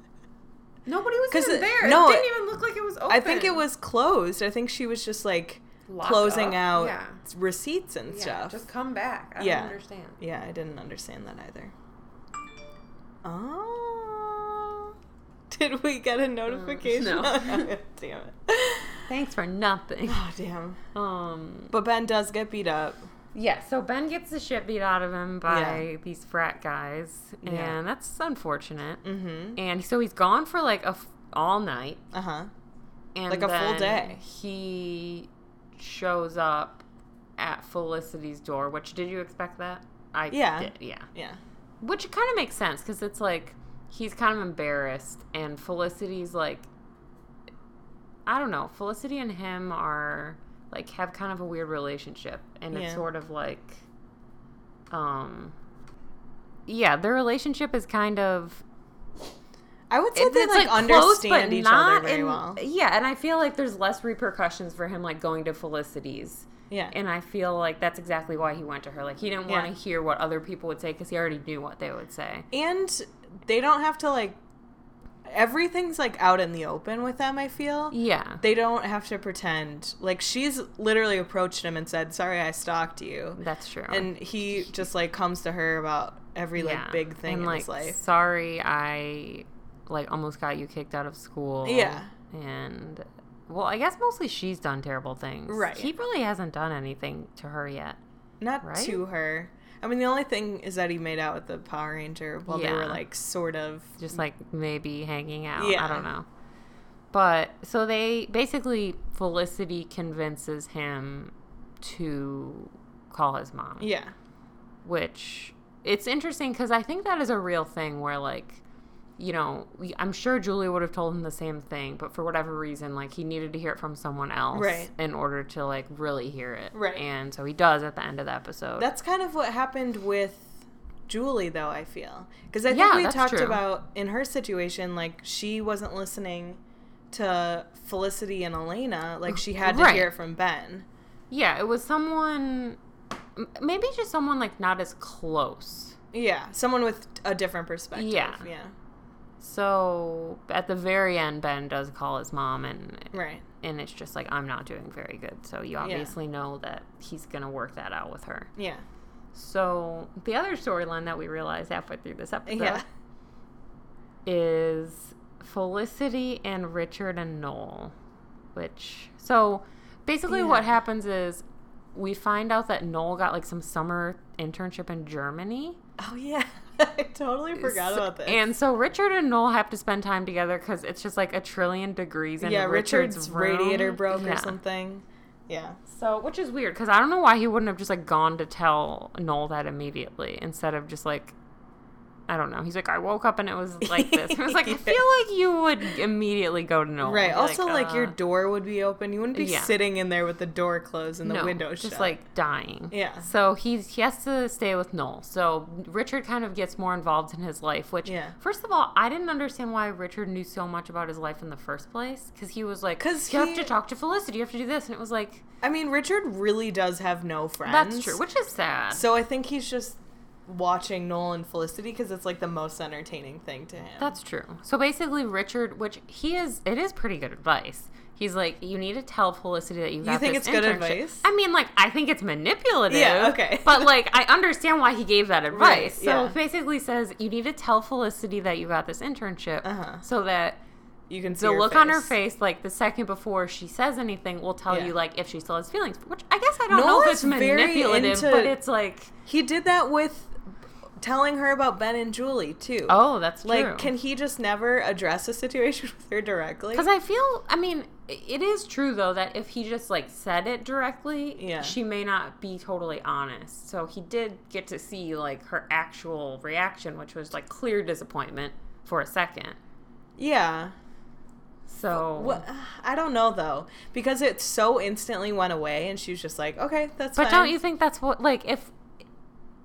Speaker 2: Nobody was
Speaker 3: 'Cause
Speaker 2: even
Speaker 3: it-
Speaker 2: there.
Speaker 3: no,
Speaker 2: it didn't even look like it was open.
Speaker 3: I think it was closed. I think she was just like
Speaker 2: Lock
Speaker 3: closing
Speaker 2: up.
Speaker 3: out
Speaker 2: Yeah.
Speaker 3: receipts and
Speaker 2: Yeah,
Speaker 3: stuff.
Speaker 2: Just come back. I
Speaker 3: Yeah.
Speaker 2: don't understand.
Speaker 3: Yeah, I didn't understand that either. Oh. Did we get a notification?
Speaker 2: Uh, no.
Speaker 3: damn it.
Speaker 2: Thanks for nothing.
Speaker 3: Oh, damn.
Speaker 2: Um.
Speaker 3: But Ben does get beat up.
Speaker 2: Yeah, so Ben gets the shit beat out of him by
Speaker 3: Yeah.
Speaker 2: these frat guys, and
Speaker 3: Yeah.
Speaker 2: that's unfortunate.
Speaker 3: Mm
Speaker 2: And so he's gone for like a f- all night,
Speaker 3: hmm. Uh huh.
Speaker 2: and
Speaker 3: Like a
Speaker 2: then
Speaker 3: full day.
Speaker 2: He shows up at Felicity's door. Which did you expect that? I
Speaker 3: Yeah.
Speaker 2: did, yeah.
Speaker 3: Yeah.
Speaker 2: Which kind of makes sense because it's like he's kind of embarrassed, and Felicity's like, I don't know. Felicity and him are like have kind of a weird relationship, and it's
Speaker 3: Yeah.
Speaker 2: sort of like, um, yeah, their relationship is kind of
Speaker 3: I would say they
Speaker 2: it's,
Speaker 3: like,
Speaker 2: close,
Speaker 3: understand
Speaker 2: but
Speaker 3: each
Speaker 2: not
Speaker 3: other very
Speaker 2: in-
Speaker 3: well.
Speaker 2: Yeah, and I feel like there's less repercussions for him like going to Felicity's.
Speaker 3: Yeah.
Speaker 2: And I feel like that's exactly why he went to her. Like he didn't want
Speaker 3: Yeah.
Speaker 2: to hear what other people would say because he already knew what they would say.
Speaker 3: And they don't have to like. Everything's like out in the open with them, I feel.
Speaker 2: Yeah.
Speaker 3: They don't have to pretend. Like, she's literally approached him and said, Sorry, I stalked you.
Speaker 2: That's true.
Speaker 3: and he just like comes to her about every like
Speaker 2: Yeah.
Speaker 3: big thing
Speaker 2: And,
Speaker 3: in
Speaker 2: like,
Speaker 3: his life.
Speaker 2: Sorry, I like almost got you kicked out of school.
Speaker 3: Yeah.
Speaker 2: And well, I guess mostly she's done terrible things.
Speaker 3: Right.
Speaker 2: He really hasn't done anything to her yet.
Speaker 3: Not
Speaker 2: right?
Speaker 3: to her. I mean, the only thing is that he made out with the Power Ranger while they were
Speaker 2: Yeah.
Speaker 3: like sort of
Speaker 2: just like maybe hanging out.
Speaker 3: Yeah.
Speaker 2: I don't know. But so they basically Felicity convinces him to call his mom,
Speaker 3: yeah,
Speaker 2: which it's interesting because I think that is a real thing where like you know we- I'm sure Julie would have told him the same thing, but for whatever reason, like he needed to hear it from someone else
Speaker 3: Right.
Speaker 2: in order to like really hear it,
Speaker 3: Right.
Speaker 2: And so he does at the end of the episode.
Speaker 3: That's kind of what happened with Julie, though, I feel. Because I think
Speaker 2: Yeah,
Speaker 3: we
Speaker 2: that's
Speaker 3: talked
Speaker 2: true.
Speaker 3: about in her situation, like, she wasn't listening to Felicity and Elena. Like, she had to
Speaker 2: Right.
Speaker 3: hear it from Ben.
Speaker 2: yeah, it was someone, m- maybe just someone like not as close.
Speaker 3: Yeah. Someone with a different perspective.
Speaker 2: Yeah.
Speaker 3: Yeah.
Speaker 2: So at the very end, Ben does call his mom, and
Speaker 3: Right.
Speaker 2: and it's just like I'm not doing very good. So you obviously know that he's gonna work that out with her.
Speaker 3: Yeah.
Speaker 2: So the other storyline that we realized halfway through this episode
Speaker 3: Yeah.
Speaker 2: is Felicity and Richard and Noel, which so basically what
Speaker 3: Yeah.
Speaker 2: happens is we find out that Noel got like some summer internship in Germany.
Speaker 3: Oh, yeah. I totally forgot
Speaker 2: So-
Speaker 3: about this.
Speaker 2: And so Richard and Noel have to spend time together because it's just like a trillion degrees in
Speaker 3: yeah,
Speaker 2: Richard's,
Speaker 3: Richard's,
Speaker 2: room.
Speaker 3: radiator broke
Speaker 2: Yeah.
Speaker 3: or something. Yeah.
Speaker 2: So, which is weird because I don't know why he wouldn't have just like gone to tell Noel that immediately instead of just like, I don't know. He's like, I woke up and it was like this. I was like, I
Speaker 3: Yeah.
Speaker 2: feel like you would immediately go to Noel.
Speaker 3: Right.
Speaker 2: Be
Speaker 3: also, like,
Speaker 2: uh,
Speaker 3: your door would be open. You wouldn't be
Speaker 2: Yeah.
Speaker 3: sitting in there with the door closed and the
Speaker 2: no,
Speaker 3: window shut.
Speaker 2: just like dying.
Speaker 3: Yeah.
Speaker 2: So he's he has to stay with Noel. So Richard kind of gets more involved in his life. Which,
Speaker 3: Yeah.
Speaker 2: first of all, I didn't understand why Richard knew so much about his life in the first place because he was like,
Speaker 3: 'Cause
Speaker 2: you have
Speaker 3: he-
Speaker 2: to talk to Felicity, you have to do this, and it was like
Speaker 3: I mean, Richard really does have no friends.
Speaker 2: that's true, which is sad.
Speaker 3: So I think he's just watching Noel and Felicity because it's like the most entertaining thing to him.
Speaker 2: That's true. So basically, Richard, which he is, it is pretty good advice. He's like, you need to tell Felicity that you got
Speaker 3: think
Speaker 2: this
Speaker 3: it's good
Speaker 2: internship."
Speaker 3: advice?
Speaker 2: I mean, like, I think it's manipulative.
Speaker 3: Yeah, okay.
Speaker 2: but like, I understand why he gave that advice.
Speaker 3: Right,
Speaker 2: so
Speaker 3: yeah.
Speaker 2: it basically says you need to tell Felicity that you got this internship,
Speaker 3: Uh-huh.
Speaker 2: so that
Speaker 3: you can see
Speaker 2: the
Speaker 3: her
Speaker 2: look on her face, like the second before she says anything, will tell
Speaker 3: Yeah.
Speaker 2: you like if she still has feelings. Which I guess I don't know if it's
Speaker 3: Noah's very
Speaker 2: manipulative,
Speaker 3: into-
Speaker 2: but it's like,
Speaker 3: He did that with telling her about Ben and Julie too.
Speaker 2: oh, that's
Speaker 3: like
Speaker 2: true.
Speaker 3: can he just never address a situation with her directly?
Speaker 2: Because I feel, I mean, i- it is true though that if he just like said it directly,
Speaker 3: Yeah.
Speaker 2: she may not be totally honest. So he did get to see like her actual reaction, which was like clear disappointment for a second.
Speaker 3: Yeah.
Speaker 2: So,
Speaker 3: Well, I don't know though because it so instantly went away and she was just like, okay, that's
Speaker 2: but
Speaker 3: fine.
Speaker 2: don't you think that's what like if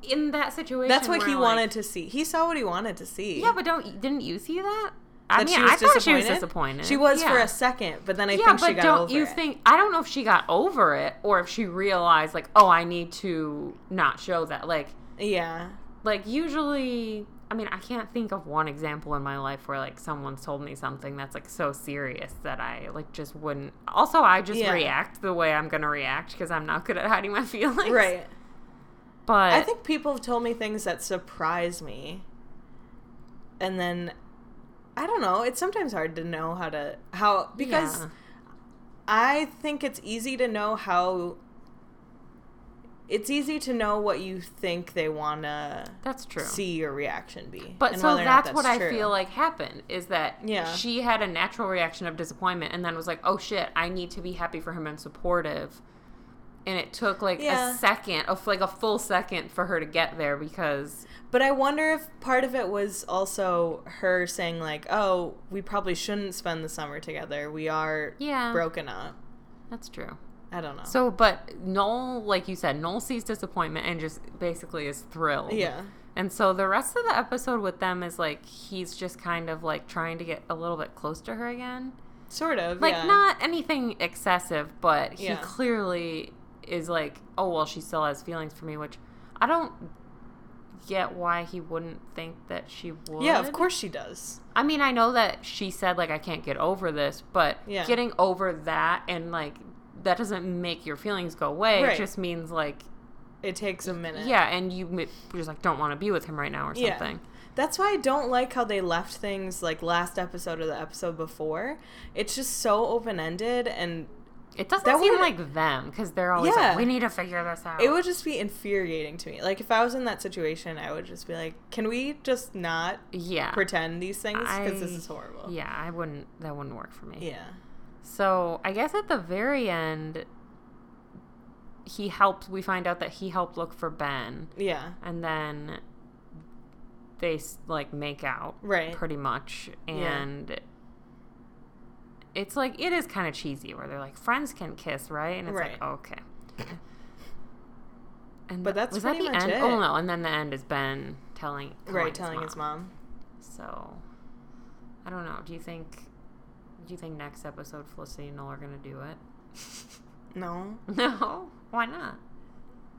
Speaker 2: in that situation
Speaker 3: That's what
Speaker 2: where,
Speaker 3: he
Speaker 2: like-
Speaker 3: wanted to see. He saw what he wanted to see.
Speaker 2: Yeah, but don't didn't you see that? I
Speaker 3: That
Speaker 2: mean, I thought she was disappointed.
Speaker 3: She was for
Speaker 2: Yeah.
Speaker 3: a second, but then I
Speaker 2: Yeah,
Speaker 3: think she
Speaker 2: but
Speaker 3: got
Speaker 2: don't
Speaker 3: over
Speaker 2: you
Speaker 3: it.
Speaker 2: think? I don't know if she got over it or if she realized like, oh, I need to not show that. Like,
Speaker 3: Yeah.
Speaker 2: like usually i mean i can't think of one example in my life where like someone's told me something that's like so serious that i like just wouldn't also i just
Speaker 3: Yeah.
Speaker 2: react the way i'm gonna react because i'm not good at hiding my feelings
Speaker 3: Right.
Speaker 2: but
Speaker 3: I think people have told me things that surprise me. And then I don't know, it's sometimes hard to know how to how because
Speaker 2: Yeah.
Speaker 3: I think it's easy to know how it's easy to know what you think they want to
Speaker 2: that's true
Speaker 3: see your reaction be.
Speaker 2: but
Speaker 3: and
Speaker 2: so
Speaker 3: whether or not
Speaker 2: that's, what i
Speaker 3: true.
Speaker 2: feel like happened is that
Speaker 3: Yeah.
Speaker 2: she had a natural reaction of disappointment and then was like oh shit i need to be happy for him and supportive and it took like
Speaker 3: Yeah.
Speaker 2: a second of like a full second for her to get there because
Speaker 3: But I wonder if part of it was also her saying like, "Oh, we probably shouldn't spend the summer together. We are
Speaker 2: yeah
Speaker 3: broken up."
Speaker 2: that's true
Speaker 3: I don't know.
Speaker 2: So, but Noel, like you said, Noel sees disappointment and just basically is thrilled.
Speaker 3: yeah.
Speaker 2: And so the rest of the episode with them is like he's just kind of like trying to get a little bit close to her again.
Speaker 3: Sort of.
Speaker 2: Like
Speaker 3: yeah.
Speaker 2: not anything excessive, but he
Speaker 3: Yeah.
Speaker 2: clearly is like, oh well, she still has feelings for me, which I don't get why he wouldn't think that she would.
Speaker 3: Yeah, of course she does.
Speaker 2: I mean, I know that she said like I can't get over this, but
Speaker 3: Yeah.
Speaker 2: getting over that and like that doesn't make your feelings go away.
Speaker 3: Right.
Speaker 2: It just means like
Speaker 3: It takes a minute.
Speaker 2: yeah, and you m- you're just like don't want to be with him right now or
Speaker 3: Yeah.
Speaker 2: something.
Speaker 3: That's why I don't like how they left things like last episode or the episode before. It's just so open ended and
Speaker 2: It doesn't
Speaker 3: That
Speaker 2: seem
Speaker 3: would-
Speaker 2: like them because they're always
Speaker 3: Yeah.
Speaker 2: like we need to figure this out.
Speaker 3: it would just be infuriating to me. Like if I was in that situation, I would just be like, "Can we just not
Speaker 2: yeah,
Speaker 3: pretend these things because this
Speaker 2: I-
Speaker 3: is horrible."
Speaker 2: yeah. I wouldn't. That wouldn't work for me.
Speaker 3: Yeah.
Speaker 2: So I guess at the very end, he helped. We find out that he helped look for Ben,
Speaker 3: Yeah.
Speaker 2: and then they s- like make out.
Speaker 3: Right.
Speaker 2: pretty much
Speaker 3: Yeah.
Speaker 2: and it's like it is kind of cheesy where they're like friends can kiss right and it's
Speaker 3: Right.
Speaker 2: like okay and
Speaker 3: But
Speaker 2: th-
Speaker 3: that's
Speaker 2: was that
Speaker 3: pretty
Speaker 2: the
Speaker 3: much
Speaker 2: end
Speaker 3: it.
Speaker 2: oh no and then the end is ben telling,
Speaker 3: right, telling his
Speaker 2: mom.
Speaker 3: mom.
Speaker 2: so i don't know do you think do you think next episode felicity and noel are gonna do it
Speaker 3: No.
Speaker 2: no why not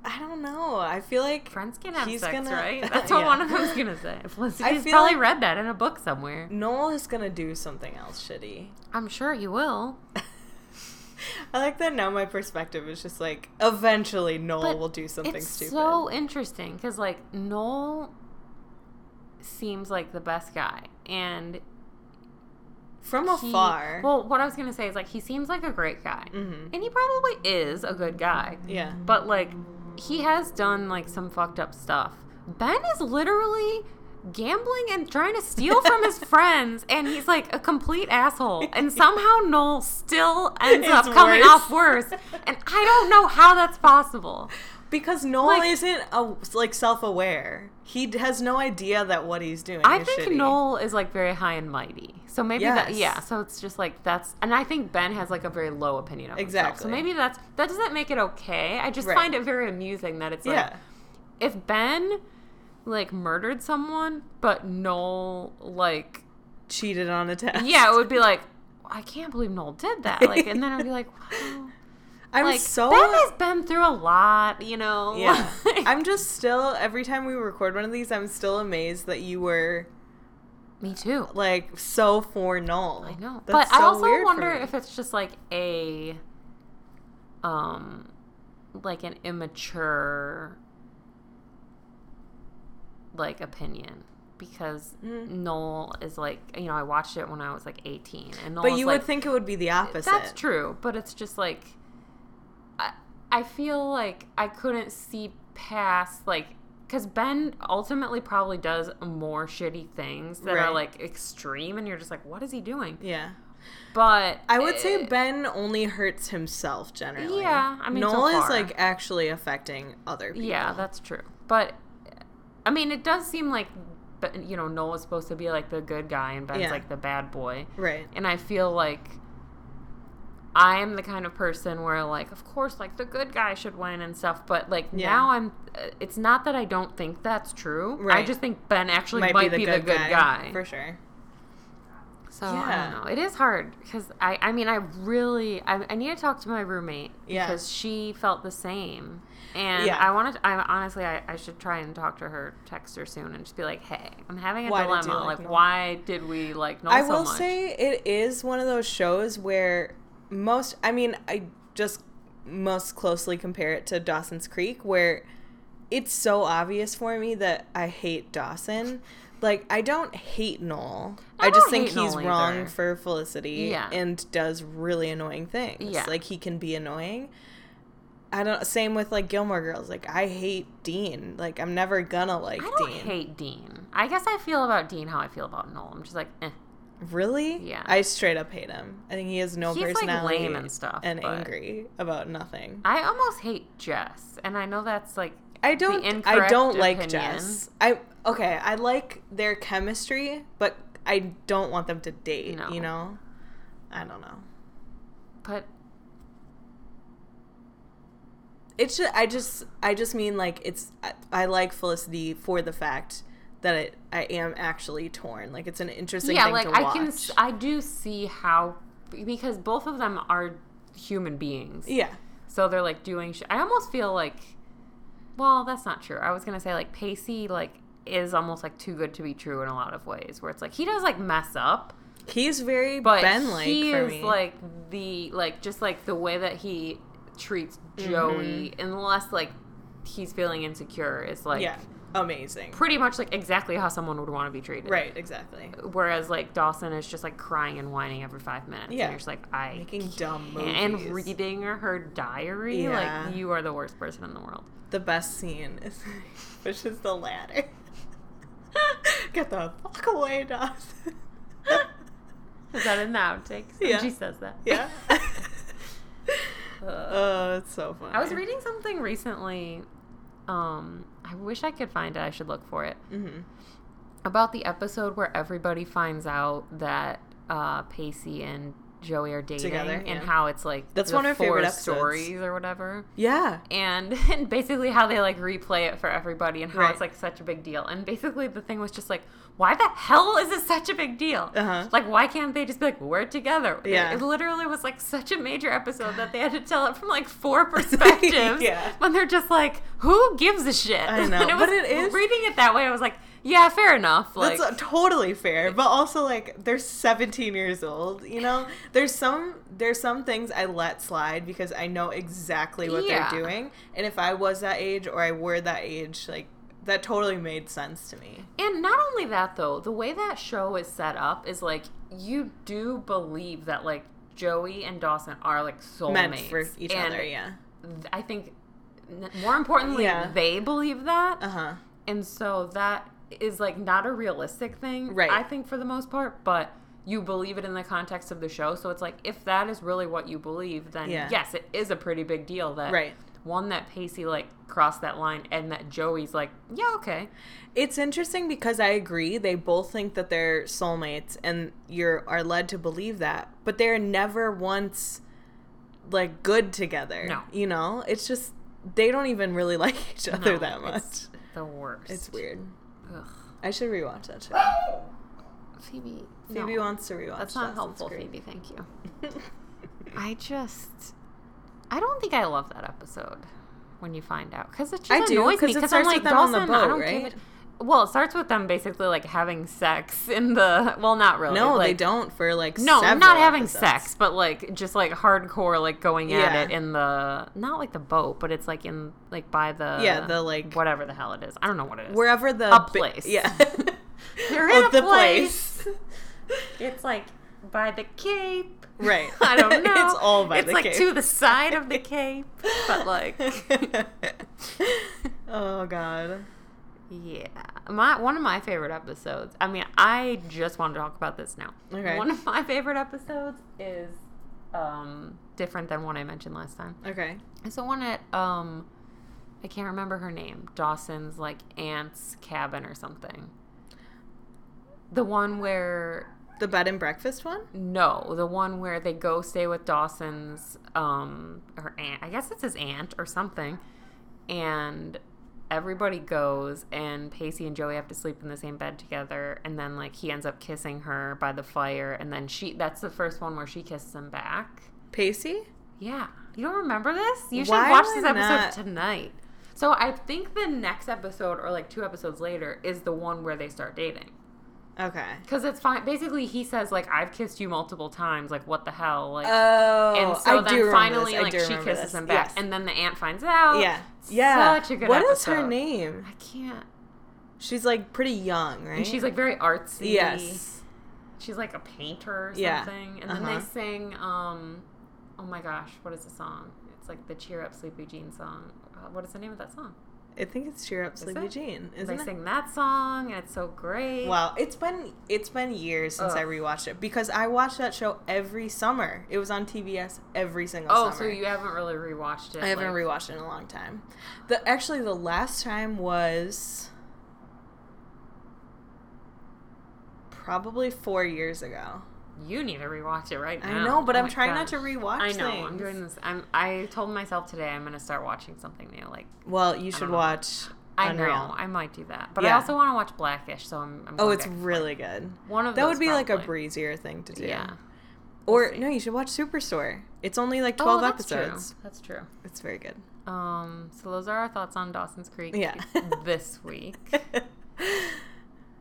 Speaker 3: I don't know. I feel like
Speaker 2: friends can have
Speaker 3: He's
Speaker 2: sex
Speaker 3: gonna-
Speaker 2: right that's what
Speaker 3: Yeah.
Speaker 2: one of them's gonna say felicity's
Speaker 3: feel
Speaker 2: probably
Speaker 3: like-
Speaker 2: read that in a book somewhere
Speaker 3: Noel is going to do something else shitty.
Speaker 2: i'm sure he will
Speaker 3: I like that now my perspective is just like eventually Noel
Speaker 2: But
Speaker 3: will do something
Speaker 2: it's
Speaker 3: stupid.
Speaker 2: so interesting because like Noel seems like the best guy, and
Speaker 3: From
Speaker 2: he-
Speaker 3: afar.
Speaker 2: Well, what I was gonna say is like he seems like a great guy,
Speaker 3: Mhm.
Speaker 2: and he probably is a good guy,
Speaker 3: Yeah.
Speaker 2: but like he has done like some fucked up stuff. Ben is literally gambling and trying to steal from his friends and he's like a complete asshole and somehow Noel still ends
Speaker 3: It's
Speaker 2: up coming
Speaker 3: worse.
Speaker 2: off worse and I don't know how that's possible.
Speaker 3: Because Noel
Speaker 2: Like-
Speaker 3: isn't a, like self-aware. He d- has no idea that what he's doing.
Speaker 2: I
Speaker 3: is
Speaker 2: think
Speaker 3: shitty.
Speaker 2: Noel is like very high and mighty. So maybe that
Speaker 3: Yes.
Speaker 2: yeah, so it's just like that's and I think Ben has like a very low opinion of himself. So
Speaker 3: Exactly.
Speaker 2: maybe that's that doesn't make it okay. I just
Speaker 3: Right.
Speaker 2: find it very amusing that it's like
Speaker 3: Yeah.
Speaker 2: if Ben like murdered someone but Noel like
Speaker 3: Cheated on a test.
Speaker 2: yeah, it would be like I can't believe Noel did that. Like and then I'd be like wow.
Speaker 3: I'm
Speaker 2: like
Speaker 3: so
Speaker 2: Ben has been through a lot, you know.
Speaker 3: Yeah.
Speaker 2: Like-
Speaker 3: I'm just still every time we record one of these, I'm still amazed that you were
Speaker 2: me too.
Speaker 3: like so for null.
Speaker 2: I know.
Speaker 3: That's
Speaker 2: but I
Speaker 3: so
Speaker 2: also
Speaker 3: weird for
Speaker 2: wonder
Speaker 3: me.
Speaker 2: if it's just like a um like an immature like opinion because
Speaker 3: Mm.
Speaker 2: Noel is like you know I watched it when I was like 18 and Noel
Speaker 3: But
Speaker 2: was
Speaker 3: you
Speaker 2: like,
Speaker 3: would think it would be the opposite.
Speaker 2: That's true, but it's just like I, I feel like I couldn't see past like because Ben ultimately probably does more shitty things that
Speaker 3: Right.
Speaker 2: are like extreme, and you're just like, what is he doing?
Speaker 3: Yeah.
Speaker 2: But
Speaker 3: I would say
Speaker 2: eh,
Speaker 3: Ben only hurts himself generally.
Speaker 2: Yeah, I mean, so
Speaker 3: Noel is
Speaker 2: far.
Speaker 3: like actually affecting other people.
Speaker 2: yeah, that's true. But I mean, it does seem like but you know Noel is supposed to be like the good guy, and Ben's
Speaker 3: Yeah.
Speaker 2: like the bad boy.
Speaker 3: Right.
Speaker 2: and I feel like I am the kind of person where like of course like the good guy should win and stuff but like
Speaker 3: Yeah.
Speaker 2: now I'm uh, it's not that I don't think that's true I
Speaker 3: Right.
Speaker 2: just think Ben actually might, be, the good, guy,
Speaker 3: For sure.
Speaker 2: so I
Speaker 3: Yeah.
Speaker 2: don't know it is hard because I I mean I really I, I need to talk to my roommate
Speaker 3: Yeah.
Speaker 2: because she felt the same and
Speaker 3: Yeah.
Speaker 2: I want to I honestly I, I should try and talk to her text her soon and just be like hey I'm having a
Speaker 3: Why did you
Speaker 2: dilemma
Speaker 3: like
Speaker 2: like,
Speaker 3: Noel?
Speaker 2: why did we like Noel
Speaker 3: I
Speaker 2: so
Speaker 3: will
Speaker 2: much
Speaker 3: say it is one of those shows where most I mean, I just most closely compare it to Dawson's Creek where it's so obvious for me that I hate Dawson. Like I don't hate Noel.
Speaker 2: I
Speaker 3: I, just
Speaker 2: don't
Speaker 3: think
Speaker 2: hate
Speaker 3: he's
Speaker 2: Noel
Speaker 3: wrong
Speaker 2: either.
Speaker 3: for Felicity
Speaker 2: Yeah.
Speaker 3: and does really annoying things.
Speaker 2: Yeah.
Speaker 3: Like he can be annoying. I don't same with like Gilmore Girls. Like I hate Dean. Like I'm never gonna like
Speaker 2: I don't
Speaker 3: Dean.
Speaker 2: hate Dean. I guess I feel about Dean how I feel about Noel. I'm just like, eh.
Speaker 3: Really?
Speaker 2: Yeah.
Speaker 3: I straight up hate him. I think he has no
Speaker 2: He's, like,
Speaker 3: personality.
Speaker 2: lame and stuff,
Speaker 3: and
Speaker 2: but- Um,
Speaker 3: angry about nothing.
Speaker 2: I almost hate Jess, and I know that's like,
Speaker 3: I don't. I
Speaker 2: incorrect
Speaker 3: don't like
Speaker 2: opinion.
Speaker 3: Jess. I okay. I like their chemistry, but I don't want them to date.
Speaker 2: No.
Speaker 3: You know. I don't know.
Speaker 2: but
Speaker 3: It's just, I just I just mean like it's I, I like Felicity for the fact that it, I am actually torn. Like it's an interesting
Speaker 2: yeah,
Speaker 3: thing
Speaker 2: like
Speaker 3: to
Speaker 2: I
Speaker 3: watch.
Speaker 2: can, s- I do see how because both of them are human beings,
Speaker 3: yeah.
Speaker 2: so they're like doing. Sh- I almost feel like, well, that's not true. I was gonna say like Pacey like is almost like too good to be true in a lot of ways, where it's like he does like mess up,
Speaker 3: He's very
Speaker 2: but
Speaker 3: Ben like
Speaker 2: he
Speaker 3: for
Speaker 2: is
Speaker 3: me.
Speaker 2: like the like just like the way that he treats
Speaker 3: Mm-hmm.
Speaker 2: Joey, unless like he's feeling insecure, is like
Speaker 3: yeah, amazing.
Speaker 2: pretty much like exactly how someone would want to be treated.
Speaker 3: Right, exactly.
Speaker 2: Whereas like Dawson is just like crying and whining every five minutes,
Speaker 3: Yeah.
Speaker 2: and you're just like I
Speaker 3: Making dumb
Speaker 2: can't-
Speaker 3: movies.
Speaker 2: and reading her diary.
Speaker 3: Yeah.
Speaker 2: Like you are the worst person in the world.
Speaker 3: the best scene is which is the ladder. Get the fuck away, Dawson.
Speaker 2: Is that in the outtakes? When
Speaker 3: Yeah.
Speaker 2: she says that.
Speaker 3: yeah.
Speaker 2: Uh,
Speaker 3: Oh, it's so funny.
Speaker 2: I was reading something recently. Um, I wish I could find it. I should look for it.
Speaker 3: hmm
Speaker 2: about the episode where everybody finds out that uh, Pacey and Joey are dating
Speaker 3: Together, yeah.
Speaker 2: and how it's like
Speaker 3: That's
Speaker 2: the
Speaker 3: one of our favorite
Speaker 2: four
Speaker 3: episodes.
Speaker 2: stories or whatever.
Speaker 3: Yeah.
Speaker 2: And, and basically how they like replay it for everybody and how
Speaker 3: Right.
Speaker 2: it's like such a big deal. And basically the thing was just like, why the hell is it such a big deal?
Speaker 3: Uh-huh.
Speaker 2: Like why can't they just be like we're together? It-
Speaker 3: Yeah.
Speaker 2: It, literally was like such a major episode that they had to tell it from like four perspectives.
Speaker 3: Yeah.
Speaker 2: When they're just like, who gives a shit?
Speaker 3: I know,
Speaker 2: and
Speaker 3: but it is-
Speaker 2: reading it that way. I was like, yeah, fair enough. Like
Speaker 3: That's uh, totally fair, but also like they're 17 years old, you know. There's some there's some things I let slide because I know exactly what
Speaker 2: Yeah.
Speaker 3: they're doing, and if I was that age or I were that age, like that totally made sense to me.
Speaker 2: And not only that though, the way that show is set up is like you do believe that like Joey and Dawson are like soulmates
Speaker 3: Meant for each
Speaker 2: and
Speaker 3: other, yeah.
Speaker 2: th- I think n- more importantly,
Speaker 3: Yeah.
Speaker 2: they believe that,
Speaker 3: Uh huh.
Speaker 2: and so that is like not a realistic thing,
Speaker 3: Right.
Speaker 2: I think for the most part, but you believe it in the context of the show, so it's like if that is really what you believe, then
Speaker 3: Yeah.
Speaker 2: yes, it is a pretty big deal that
Speaker 3: Right.
Speaker 2: one that Pacey like crossed that line, and that Joey's like, yeah, okay,
Speaker 3: It's interesting because I agree. They both think that they're soulmates and you're are led to believe that, but they're never once like good together.
Speaker 2: No.
Speaker 3: You know? It's just they don't even really like each other
Speaker 2: No,
Speaker 3: that much.
Speaker 2: it's
Speaker 3: It's,
Speaker 2: the worst.
Speaker 3: weird.
Speaker 2: Ugh.
Speaker 3: I should rewatch that show.
Speaker 2: Phoebe.
Speaker 3: Phoebe
Speaker 2: no.
Speaker 3: wants to rewatch
Speaker 2: That's not
Speaker 3: Dawson's
Speaker 2: helpful,
Speaker 3: Creek.
Speaker 2: Phoebe. Thank you. I just. I don't think I love that episode when you find out because it just
Speaker 3: I do,
Speaker 2: annoys me
Speaker 3: 'cause it
Speaker 2: because I'm
Speaker 3: starts
Speaker 2: like
Speaker 3: with them on the
Speaker 2: Dawson, I
Speaker 3: boat,
Speaker 2: don't give
Speaker 3: right?
Speaker 2: a- well, it starts with them basically like having sex in the well, not really.
Speaker 3: No, they
Speaker 2: like-
Speaker 3: don't for like
Speaker 2: No,
Speaker 3: several
Speaker 2: not having
Speaker 3: episodes.
Speaker 2: sex, but like just like hardcore, like going
Speaker 3: Yeah.
Speaker 2: at it in the not like the boat, but it's like in like by the
Speaker 3: Yeah, the, like-
Speaker 2: whatever the hell it is. I don't know what it is.
Speaker 3: Wherever the
Speaker 2: A
Speaker 3: bi-
Speaker 2: place.
Speaker 3: yeah.
Speaker 2: They're
Speaker 3: Oh,
Speaker 2: in a
Speaker 3: the
Speaker 2: place. it's like by the Cape.
Speaker 3: Right.
Speaker 2: I don't know.
Speaker 3: It's all by
Speaker 2: It's
Speaker 3: the
Speaker 2: like
Speaker 3: Cape.
Speaker 2: to the side of the Cape, but like
Speaker 3: oh god.
Speaker 2: Yeah. My one of my favorite episodes. I mean, I just want to talk about this now.
Speaker 3: Okay.
Speaker 2: One of my favorite episodes is um different than one I mentioned last time.
Speaker 3: Okay.
Speaker 2: It's the one at um I can't remember her name. Dawson's like aunt's cabin or something. The one where
Speaker 3: The bed and breakfast one?
Speaker 2: no, the one where they go stay with Dawson's um her aunt. I guess it's his aunt or something. And everybody goes and Pacey and Joey have to sleep in the same bed together and then like he ends up kissing her by the fire and then she that's the first one where she kisses him back.
Speaker 3: Pacey?
Speaker 2: Yeah. You don't remember this? You should
Speaker 3: Why
Speaker 2: watch
Speaker 3: do
Speaker 2: this
Speaker 3: I
Speaker 2: episode
Speaker 3: not-
Speaker 2: tonight. So I think the next episode or like two episodes later is the one where they start dating.
Speaker 3: Okay.
Speaker 2: Cuz it's fine. Basically he says like I've kissed you multiple times. Like what the hell? Like
Speaker 3: Oh,
Speaker 2: and so
Speaker 3: I do
Speaker 2: then
Speaker 3: remember
Speaker 2: finally
Speaker 3: this. I
Speaker 2: like
Speaker 3: do
Speaker 2: she
Speaker 3: remember
Speaker 2: kisses
Speaker 3: this.
Speaker 2: him back
Speaker 3: Yes.
Speaker 2: and then the aunt finds out.
Speaker 3: yeah, yeah.
Speaker 2: Such a good
Speaker 3: What is
Speaker 2: episode.
Speaker 3: her name?
Speaker 2: I can't.
Speaker 3: She's like pretty young, right?
Speaker 2: And she's like very artsy.
Speaker 3: yes,
Speaker 2: She's like a painter or
Speaker 3: Yeah.
Speaker 2: something. And then
Speaker 3: Uh-huh.
Speaker 2: they sing um oh my gosh, what is the song? It's like the cheer up sleepy Jean song. Uh, What is the name of that song?
Speaker 3: I think it's Cheer Up Sleepy
Speaker 2: it?
Speaker 3: Jean,
Speaker 2: they
Speaker 3: isn't it?
Speaker 2: sing that song and it's so great.
Speaker 3: Wow, it's been it's been years since I
Speaker 2: Ugh.
Speaker 3: rewatched it because I watched that show every summer. It was on TBS every single
Speaker 2: Oh,
Speaker 3: summer.
Speaker 2: so you haven't really rewatched it.
Speaker 3: I haven't
Speaker 2: like-
Speaker 3: rewatched it in a long time. The actually the last time was probably four years ago.
Speaker 2: You need to rewatch it right now.
Speaker 3: I know, but
Speaker 2: Oh
Speaker 3: I'm
Speaker 2: my
Speaker 3: trying
Speaker 2: gosh.
Speaker 3: not to rewatch.
Speaker 2: I know. I'm
Speaker 3: things.
Speaker 2: doing this. I'm. I told myself today I'm gonna start watching something new. Like
Speaker 3: Well, you should
Speaker 2: know.
Speaker 3: watch.
Speaker 2: I
Speaker 3: Unreal.
Speaker 2: know I might do that, but I
Speaker 3: Yeah.
Speaker 2: also want to watch Blackish. So I'm. I'm
Speaker 3: Oh,
Speaker 2: going
Speaker 3: it's
Speaker 2: back.
Speaker 3: really good.
Speaker 2: one of
Speaker 3: That would
Speaker 2: those
Speaker 3: be like a
Speaker 2: probably.
Speaker 3: breezier thing to do.
Speaker 2: Yeah.
Speaker 3: Or
Speaker 2: see.
Speaker 3: no, you should watch Superstore. It's only like twelve
Speaker 2: oh, that's
Speaker 3: episodes.
Speaker 2: True. That's true.
Speaker 3: It's very good.
Speaker 2: Um. So those are our thoughts on Dawson's Creek.
Speaker 3: Yeah.
Speaker 2: this week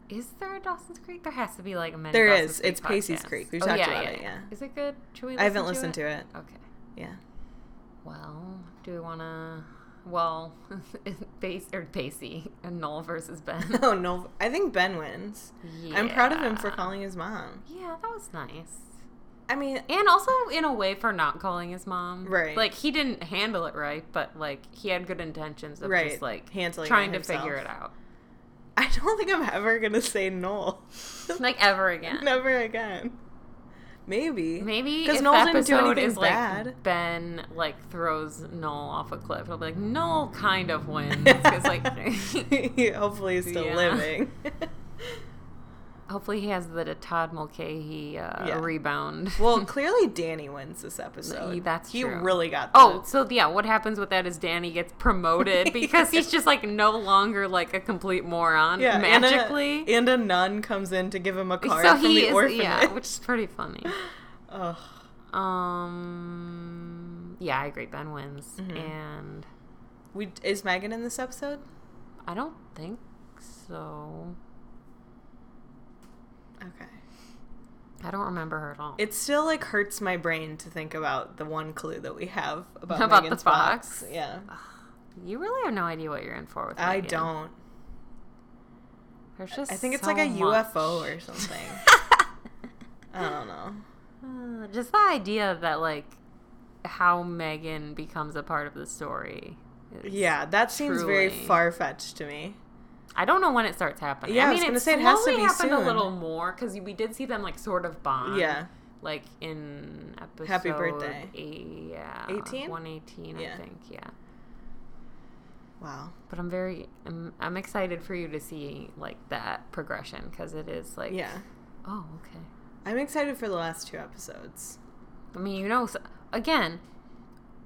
Speaker 2: is there a Dawson's Creek? There has to be like a many.
Speaker 3: There
Speaker 2: Dawson's
Speaker 3: is.
Speaker 2: Creek
Speaker 3: It's Pacey's
Speaker 2: podcasts.
Speaker 3: Creek. We
Speaker 2: oh,
Speaker 3: talked
Speaker 2: yeah,
Speaker 3: about
Speaker 2: yeah,
Speaker 3: it, yeah.
Speaker 2: Is it good? Should we? Listen
Speaker 3: I haven't listened
Speaker 2: it?
Speaker 3: to it.
Speaker 2: Okay.
Speaker 3: Yeah.
Speaker 2: Well, do we want to? Well, Pace or Pacey and Null versus Ben.
Speaker 3: Oh no, I think Ben wins. I'm proud of him for
Speaker 2: Yeah.
Speaker 3: calling his mom.
Speaker 2: Yeah, that was nice.
Speaker 3: I mean,
Speaker 2: And also in a way for not calling his mom.
Speaker 3: Right.
Speaker 2: Like he didn't handle it right, but like he had good intentions of
Speaker 3: Right.
Speaker 2: just like
Speaker 3: Handling it
Speaker 2: trying to
Speaker 3: himself.
Speaker 2: figure it out.
Speaker 3: I don't think I'm ever gonna say Noel.
Speaker 2: Like ever again.
Speaker 3: Never again. Maybe.
Speaker 2: Maybe
Speaker 3: 'Cause
Speaker 2: if
Speaker 3: Noel
Speaker 2: the
Speaker 3: didn't do
Speaker 2: episode
Speaker 3: anything
Speaker 2: is
Speaker 3: bad.
Speaker 2: like Ben like throws Noel off a cliff, it'll be like Noel kind of wins. It's like
Speaker 3: Hopefully, he's still
Speaker 2: Yeah.
Speaker 3: living.
Speaker 2: hopefully he has the Todd Mulcahy uh,
Speaker 3: Yeah.
Speaker 2: rebound.
Speaker 3: well, clearly Danny wins this episode.
Speaker 2: Ye- that's
Speaker 3: he
Speaker 2: true.
Speaker 3: really got. The,
Speaker 2: Oh, so yeah, what happens with that is Danny gets promoted because he's just like no longer like a complete moron
Speaker 3: yeah, and a-
Speaker 2: magically.
Speaker 3: and a, nun comes in to give him a card
Speaker 2: so
Speaker 3: from
Speaker 2: he
Speaker 3: the
Speaker 2: is,
Speaker 3: orphanage.
Speaker 2: yeah, which is pretty funny.
Speaker 3: Ugh.
Speaker 2: Um, yeah, I agree. Ben wins,
Speaker 3: Mm-hmm.
Speaker 2: and
Speaker 3: We is Megan in this episode?
Speaker 2: I don't think so.
Speaker 3: Okay.
Speaker 2: I don't remember her at all.
Speaker 3: It still like hurts my brain to think about the one clue that we have about,
Speaker 2: About the
Speaker 3: Megan's
Speaker 2: fox?
Speaker 3: Yeah,
Speaker 2: you really have no idea what you're in for with.
Speaker 3: I
Speaker 2: Megan.
Speaker 3: don't.
Speaker 2: There's just
Speaker 3: I think it's
Speaker 2: so
Speaker 3: like a
Speaker 2: much.
Speaker 3: UFO or something. I don't know.
Speaker 2: Uh, just the idea that like how Megan becomes a part of the story. is-
Speaker 3: Yeah, that seems very
Speaker 2: Truly.
Speaker 3: far fetched to me.
Speaker 2: I don't know when it starts happening.
Speaker 3: Yeah, I
Speaker 2: I
Speaker 3: was
Speaker 2: mean,
Speaker 3: gonna
Speaker 2: it
Speaker 3: say it
Speaker 2: slowly
Speaker 3: has to be
Speaker 2: happened
Speaker 3: soon.
Speaker 2: a little more because we did see them like sort of bond.
Speaker 3: Yeah.
Speaker 2: like in episode
Speaker 3: Happy birthday.
Speaker 2: eight- yeah,
Speaker 3: 18?
Speaker 2: 118,
Speaker 3: Yeah.
Speaker 2: I think. Yeah,
Speaker 3: Wow.
Speaker 2: but I'm very, I'm, I'm excited for you to see like that progression because it is like,
Speaker 3: Yeah.
Speaker 2: oh, okay.
Speaker 3: I'm excited for the last two episodes.
Speaker 2: I mean, you know, s again,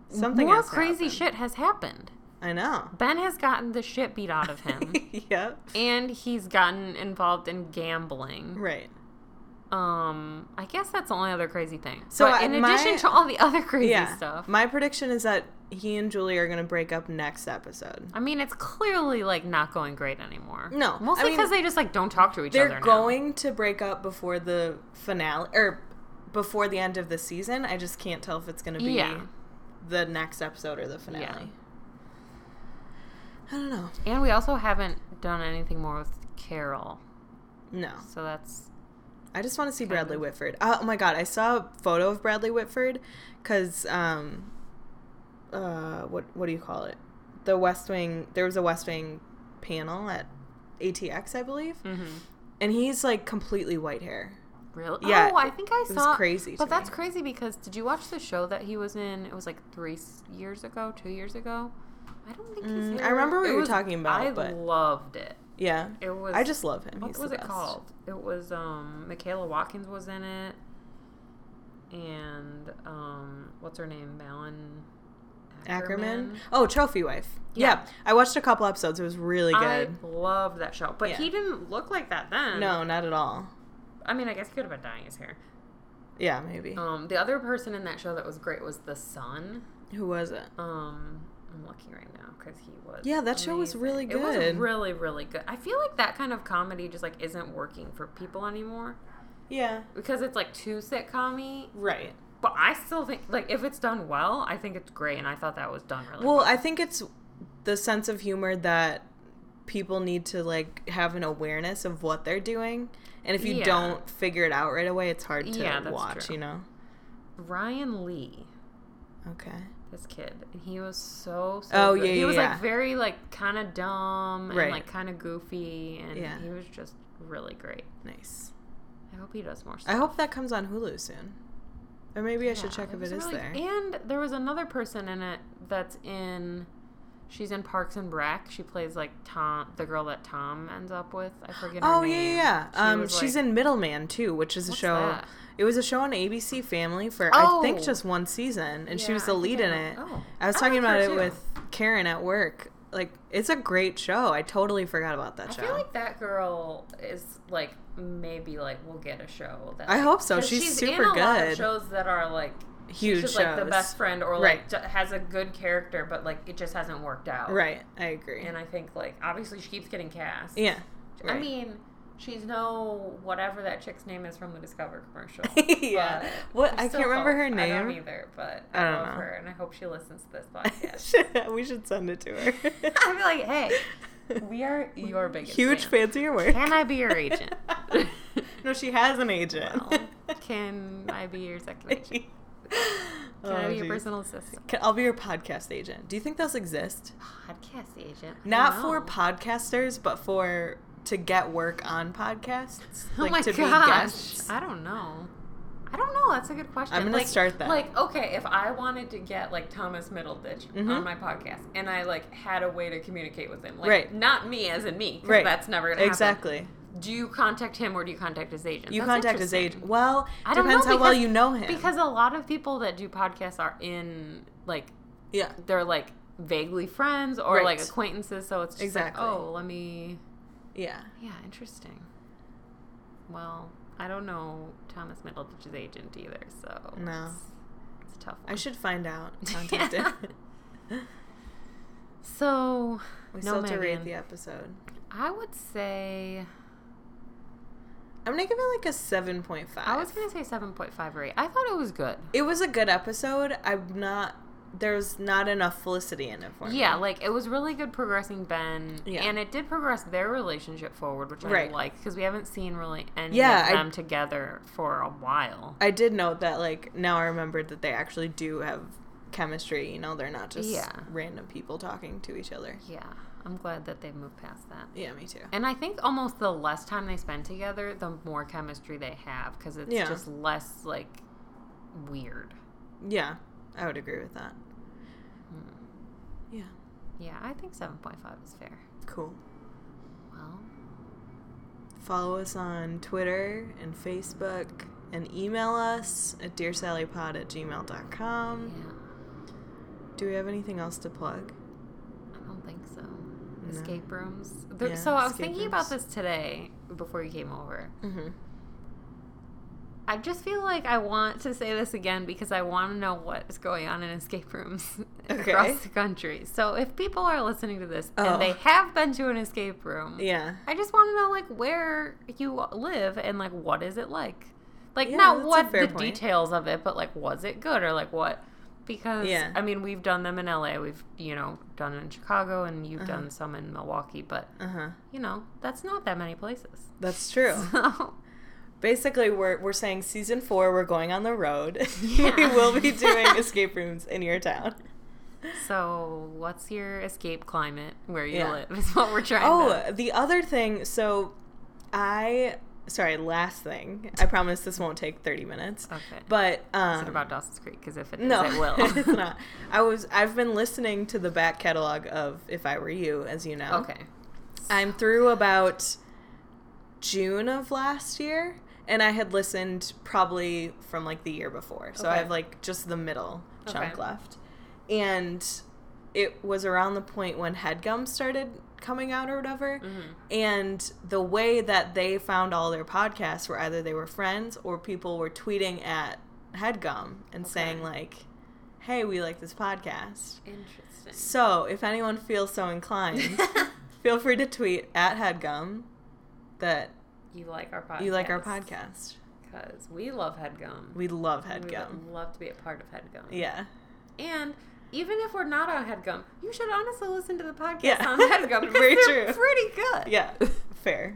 Speaker 3: Something
Speaker 2: more
Speaker 3: has to
Speaker 2: crazy
Speaker 3: happen.
Speaker 2: shit has happened.
Speaker 3: I know.
Speaker 2: Ben has gotten the shit beat out of him,
Speaker 3: yep.
Speaker 2: and he's gotten involved in gambling.
Speaker 3: Right.
Speaker 2: Um, I guess that's the only other crazy thing.
Speaker 3: So,
Speaker 2: So
Speaker 3: uh,
Speaker 2: in
Speaker 3: my-
Speaker 2: addition to all the other crazy stuff,
Speaker 3: My prediction is that he and Julie are going to break up next episode.
Speaker 2: I mean, it's clearly like not going great anymore.
Speaker 3: No, I
Speaker 2: mostly
Speaker 3: mean,
Speaker 2: because they just like don't talk to each other.
Speaker 3: They're
Speaker 2: now.
Speaker 3: going to break up before the finale or before the end of the season. I just can't tell if it's going to be
Speaker 2: Yeah.
Speaker 3: the next episode or the finale.
Speaker 2: Yeah.
Speaker 3: I don't know.
Speaker 2: and we also haven't done anything more with Carol,
Speaker 3: No.
Speaker 2: so that's
Speaker 3: I just want to see
Speaker 2: Kind of.
Speaker 3: Bradley Whitford. Oh my god, I saw a photo of Bradley Whitford because um, uh, what what do you call it? The West Wing. There was a West Wing panel at ATX, I believe,
Speaker 2: Mm.
Speaker 3: and he's like completely white hair.
Speaker 2: really.
Speaker 3: Mm-hmm. Yeah,
Speaker 2: oh, I think I
Speaker 3: it was
Speaker 2: saw
Speaker 3: crazy to
Speaker 2: But that's
Speaker 3: me.
Speaker 2: crazy because did you watch the show that he was in? It was like three s- years ago, two years ago. I don't think he's.
Speaker 3: Mm, I remember we were talking about
Speaker 2: I
Speaker 3: it, but-
Speaker 2: loved it.
Speaker 3: Yeah,
Speaker 2: It was.
Speaker 3: I just love him.
Speaker 2: What
Speaker 3: He's
Speaker 2: was
Speaker 3: the
Speaker 2: it
Speaker 3: best.
Speaker 2: called? It was um Michaela Watkins was in it, and um what's her name? Malin
Speaker 3: Ackerman. Oh, Trophy Wife. Yeah.
Speaker 2: Yeah.
Speaker 3: I watched a couple episodes. It was really good.
Speaker 2: I um, loved that show, but
Speaker 3: Yeah.
Speaker 2: he didn't look like that then.
Speaker 3: No, not at all.
Speaker 2: I mean I guess he could have been dyeing his hair.
Speaker 3: Yeah, maybe.
Speaker 2: Um, the other person in that show that was great was the son.
Speaker 3: Who was it?
Speaker 2: Um, I'm looking right now because he was.
Speaker 3: Yeah, that show was really
Speaker 2: It was
Speaker 3: good.
Speaker 2: really, really good. I feel like that kind of comedy just like isn't working for people anymore
Speaker 3: Yeah.
Speaker 2: because it's like too sitcom-y
Speaker 3: Right.
Speaker 2: But I still think, like, if it's done well, I think it's great, and I thought that was done really well.
Speaker 3: Well, I think it's the sense of humor that people need to like have an awareness of what they're doing, and if you
Speaker 2: Yeah.
Speaker 3: don't figure it out right away, it's hard to
Speaker 2: Yeah, that's
Speaker 3: watch.
Speaker 2: true.
Speaker 3: You know.
Speaker 2: Ryan Lee,
Speaker 3: Okay.
Speaker 2: this kid, and he was so, so
Speaker 3: Oh,
Speaker 2: good.
Speaker 3: yeah,
Speaker 2: he was
Speaker 3: yeah.
Speaker 2: like very like kind of dumb
Speaker 3: Right.
Speaker 2: and like kind of goofy, and
Speaker 3: Yeah.
Speaker 2: he was just really great.
Speaker 3: Nice.
Speaker 2: I hope he does more. Stuff.
Speaker 3: I hope that comes on Hulu soon, or maybe I should
Speaker 2: Yeah,
Speaker 3: check if
Speaker 2: was
Speaker 3: it is
Speaker 2: really-
Speaker 3: there.
Speaker 2: And there was another person in it that's in. She's in Parks and Rec. She plays like Tom, the girl that Tom ends up with. I forget. her
Speaker 3: Oh yeah,
Speaker 2: name.
Speaker 3: yeah,
Speaker 2: She
Speaker 3: yeah. Um,
Speaker 2: was,
Speaker 3: she's
Speaker 2: like-
Speaker 3: in Middleman too, which is a
Speaker 2: What's
Speaker 3: show.
Speaker 2: that?
Speaker 3: It was a show on ABC Family for I think
Speaker 2: Oh.
Speaker 3: just one season, and she
Speaker 2: Yeah,
Speaker 3: was the
Speaker 2: I think
Speaker 3: lead
Speaker 2: I
Speaker 3: in
Speaker 2: know-
Speaker 3: it.
Speaker 2: oh.
Speaker 3: I was
Speaker 2: I
Speaker 3: talking
Speaker 2: like
Speaker 3: about
Speaker 2: her,
Speaker 3: it
Speaker 2: too.
Speaker 3: with Karen at work. Like, it's a great show. I totally forgot about that
Speaker 2: I
Speaker 3: show.
Speaker 2: feel like that girl is like maybe like will get a show. That,
Speaker 3: I
Speaker 2: like-
Speaker 3: hope so.
Speaker 2: 'cause
Speaker 3: She's
Speaker 2: in
Speaker 3: super
Speaker 2: a lot of
Speaker 3: good.
Speaker 2: shows that are like
Speaker 3: Huge
Speaker 2: she's like the
Speaker 3: shows.
Speaker 2: best friend or
Speaker 3: Right.
Speaker 2: like d has a good character, but like it just hasn't worked out.
Speaker 3: right, I agree.
Speaker 2: And I think like obviously she keeps getting cast.
Speaker 3: yeah.
Speaker 2: I
Speaker 3: right.
Speaker 2: mean, she's no whatever that chick's name is from the Discover commercial.
Speaker 3: yeah.
Speaker 2: but
Speaker 3: What
Speaker 2: we
Speaker 3: I
Speaker 2: still
Speaker 3: can't remember her
Speaker 2: hope-
Speaker 3: name.
Speaker 2: I don't either, but
Speaker 3: I
Speaker 2: I,
Speaker 3: don't
Speaker 2: love
Speaker 3: know.
Speaker 2: her and I hope she listens to this podcast.
Speaker 3: we should send it to
Speaker 2: I'm
Speaker 3: her.
Speaker 2: like, hey, we are your biggest
Speaker 3: Huge
Speaker 2: fan.
Speaker 3: fans of your work.
Speaker 2: Can I be your agent?
Speaker 3: no, she has an agent.
Speaker 2: Well, can I be your second agent? Can I
Speaker 3: Oh,
Speaker 2: be your
Speaker 3: geez.
Speaker 2: personal assistant?
Speaker 3: Can- I'll be your podcast agent. Do you think those exist?
Speaker 2: Podcast agent. I
Speaker 3: Not
Speaker 2: don't
Speaker 3: for
Speaker 2: know.
Speaker 3: podcasters, but for to get work on podcasts,
Speaker 2: Oh
Speaker 3: like
Speaker 2: my
Speaker 3: to
Speaker 2: gosh.
Speaker 3: be guests.
Speaker 2: I don't know. I don't know. That's a good question.
Speaker 3: I'm gonna
Speaker 2: Like-
Speaker 3: start that.
Speaker 2: Like, okay, if I wanted to get like Thomas Middleditch
Speaker 3: Mhm.
Speaker 2: on my podcast, and I like had a way to communicate with him, like
Speaker 3: Right.
Speaker 2: not me as in me, 'cause
Speaker 3: Right.
Speaker 2: That's never gonna happen.
Speaker 3: Exactly.
Speaker 2: Do you contact him or do you contact his agent?
Speaker 3: You
Speaker 2: That's
Speaker 3: contact his
Speaker 2: interesting.
Speaker 3: agent. Well,
Speaker 2: I don't
Speaker 3: depends
Speaker 2: know
Speaker 3: how well
Speaker 2: because-
Speaker 3: you know him.
Speaker 2: Because a lot of people that do podcasts are in like
Speaker 3: yeah,
Speaker 2: they're like vaguely friends or
Speaker 3: Right.
Speaker 2: like acquaintances, so it's just
Speaker 3: Exactly.
Speaker 2: like, oh, let me
Speaker 3: yeah.
Speaker 2: Yeah, interesting. Well, I don't know Thomas Middleditch's agent either, so
Speaker 3: No.
Speaker 2: it's, it's a tough one.
Speaker 3: I should find out. Contact him.
Speaker 2: So
Speaker 3: We
Speaker 2: no
Speaker 3: still have to rate
Speaker 2: Megan.
Speaker 3: the episode.
Speaker 2: I would say
Speaker 3: I'm gonna give it like a seven point five.
Speaker 2: I was gonna say seven point five or eight. I thought it was good.
Speaker 3: It was a good episode. I'm not. There's not enough Felicity in it for me.
Speaker 2: Yeah, like it was really good progressing Ben,
Speaker 3: Yeah.
Speaker 2: and it did progress their relationship forward, which
Speaker 3: Right.
Speaker 2: I like because we haven't seen really any
Speaker 3: Yeah, I-
Speaker 2: of them together for a while.
Speaker 3: I did note that. Like now, I remembered that they actually do have chemistry. You know, they're not just
Speaker 2: Yeah.
Speaker 3: random people talking to each other.
Speaker 2: yeah, I'm glad that they've moved past that.
Speaker 3: Yeah, me too.
Speaker 2: And I think almost the less time they spend together, the more chemistry they have because it's
Speaker 3: Yeah.
Speaker 2: just less like weird.
Speaker 3: Yeah, I would agree with that.
Speaker 2: Hmm.
Speaker 3: Yeah,
Speaker 2: Yeah, I think 7.5 is fair.
Speaker 3: cool.
Speaker 2: Well,
Speaker 3: Follow us on Twitter and Facebook and email us at dearsallypod at gmail.com.
Speaker 2: yeah,
Speaker 3: Do we have anything else to plug?
Speaker 2: I don't think so.
Speaker 3: No.
Speaker 2: Escape rooms. There,
Speaker 3: Yeah,
Speaker 2: so I was
Speaker 3: escape
Speaker 2: thinking about
Speaker 3: rooms.
Speaker 2: this today before you came over.
Speaker 3: Mm-hmm.
Speaker 2: I just feel like I want to say this again because I want to know what is going on in escape rooms
Speaker 3: Okay.
Speaker 2: across the country. So if people are listening to this
Speaker 3: Oh.
Speaker 2: and they have been to an escape room,
Speaker 3: Yeah.
Speaker 2: I just want to know like where you live and like what is it like? Like
Speaker 3: Yeah,
Speaker 2: not
Speaker 3: that's a
Speaker 2: what
Speaker 3: fair
Speaker 2: the
Speaker 3: point.
Speaker 2: details of it, but like was it good or like what? Because
Speaker 3: Yeah.
Speaker 2: I mean, we've done them in LA, we've you know done in Chicago, and you've
Speaker 3: Uh-huh.
Speaker 2: done some in Milwaukee, but
Speaker 3: Uh huh.
Speaker 2: you know that's not that many places.
Speaker 3: That's true.
Speaker 2: So,
Speaker 3: Basically, we're, we're saying season four, we're going on the road. we
Speaker 2: Yeah.
Speaker 3: will be doing escape rooms in your town.
Speaker 2: so what's your escape climate where you
Speaker 3: Yeah.
Speaker 2: live is what we're trying. to...
Speaker 3: Oh, the other thing. So, I sorry. Last thing. I promise this won't take thirty minutes.
Speaker 2: okay.
Speaker 3: But um,
Speaker 2: is it about Dawson's Creek? Because if it is,
Speaker 3: no,
Speaker 2: it will.
Speaker 3: it's not. I was. I've been listening to the back catalog of If I Were You, as you know.
Speaker 2: Okay.
Speaker 3: I'm through about June of last year, and I had listened probably from like the year before. So I
Speaker 2: Okay.
Speaker 3: have like just the middle chunk
Speaker 2: Okay.
Speaker 3: left. And it was around the point when headgum started coming out or whatever.
Speaker 2: Mm-hmm.
Speaker 3: And the way that they found all their podcasts were either they were friends or people were tweeting at headgum and saying, like, hey, we like this podcast.
Speaker 2: Interesting.
Speaker 3: So if anyone feels so inclined, feel free to tweet at headgum that
Speaker 2: you like our podcast.
Speaker 3: you like our podcast.
Speaker 2: Because we love headgum.
Speaker 3: We love
Speaker 2: We
Speaker 3: headgum.
Speaker 2: would love to be a part of headgum.
Speaker 3: Yeah.
Speaker 2: And even if we're not on headgum, you should honestly listen to the podcast
Speaker 3: Yeah.
Speaker 2: on headgum. because
Speaker 3: Very
Speaker 2: they're
Speaker 3: true.
Speaker 2: Pretty good.
Speaker 3: Yeah. Fair.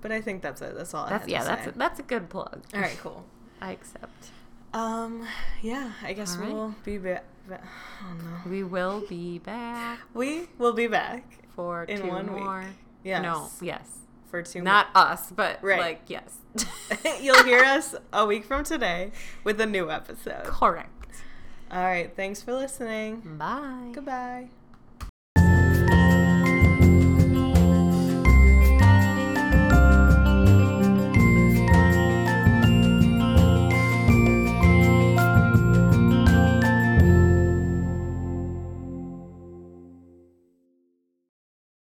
Speaker 3: But I think that's it. That's all I
Speaker 2: That's
Speaker 3: had
Speaker 2: yeah,
Speaker 3: to
Speaker 2: that's
Speaker 3: say.
Speaker 2: a, that's a good plug.
Speaker 3: all right, cool.
Speaker 2: I accept.
Speaker 3: Um, yeah, I guess
Speaker 2: All right.
Speaker 3: we'll be back. Oh no,
Speaker 2: We will be back
Speaker 3: we will be back
Speaker 2: for
Speaker 3: In
Speaker 2: two
Speaker 3: one week.
Speaker 2: more.
Speaker 3: Yes.
Speaker 2: No, yes.
Speaker 3: for two.
Speaker 2: Not us, but
Speaker 3: Right.
Speaker 2: like yes.
Speaker 3: mo- You'll hear us a week from today with a new episode.
Speaker 2: Correct.
Speaker 3: All right, thanks for listening.
Speaker 2: Bye.
Speaker 3: Goodbye.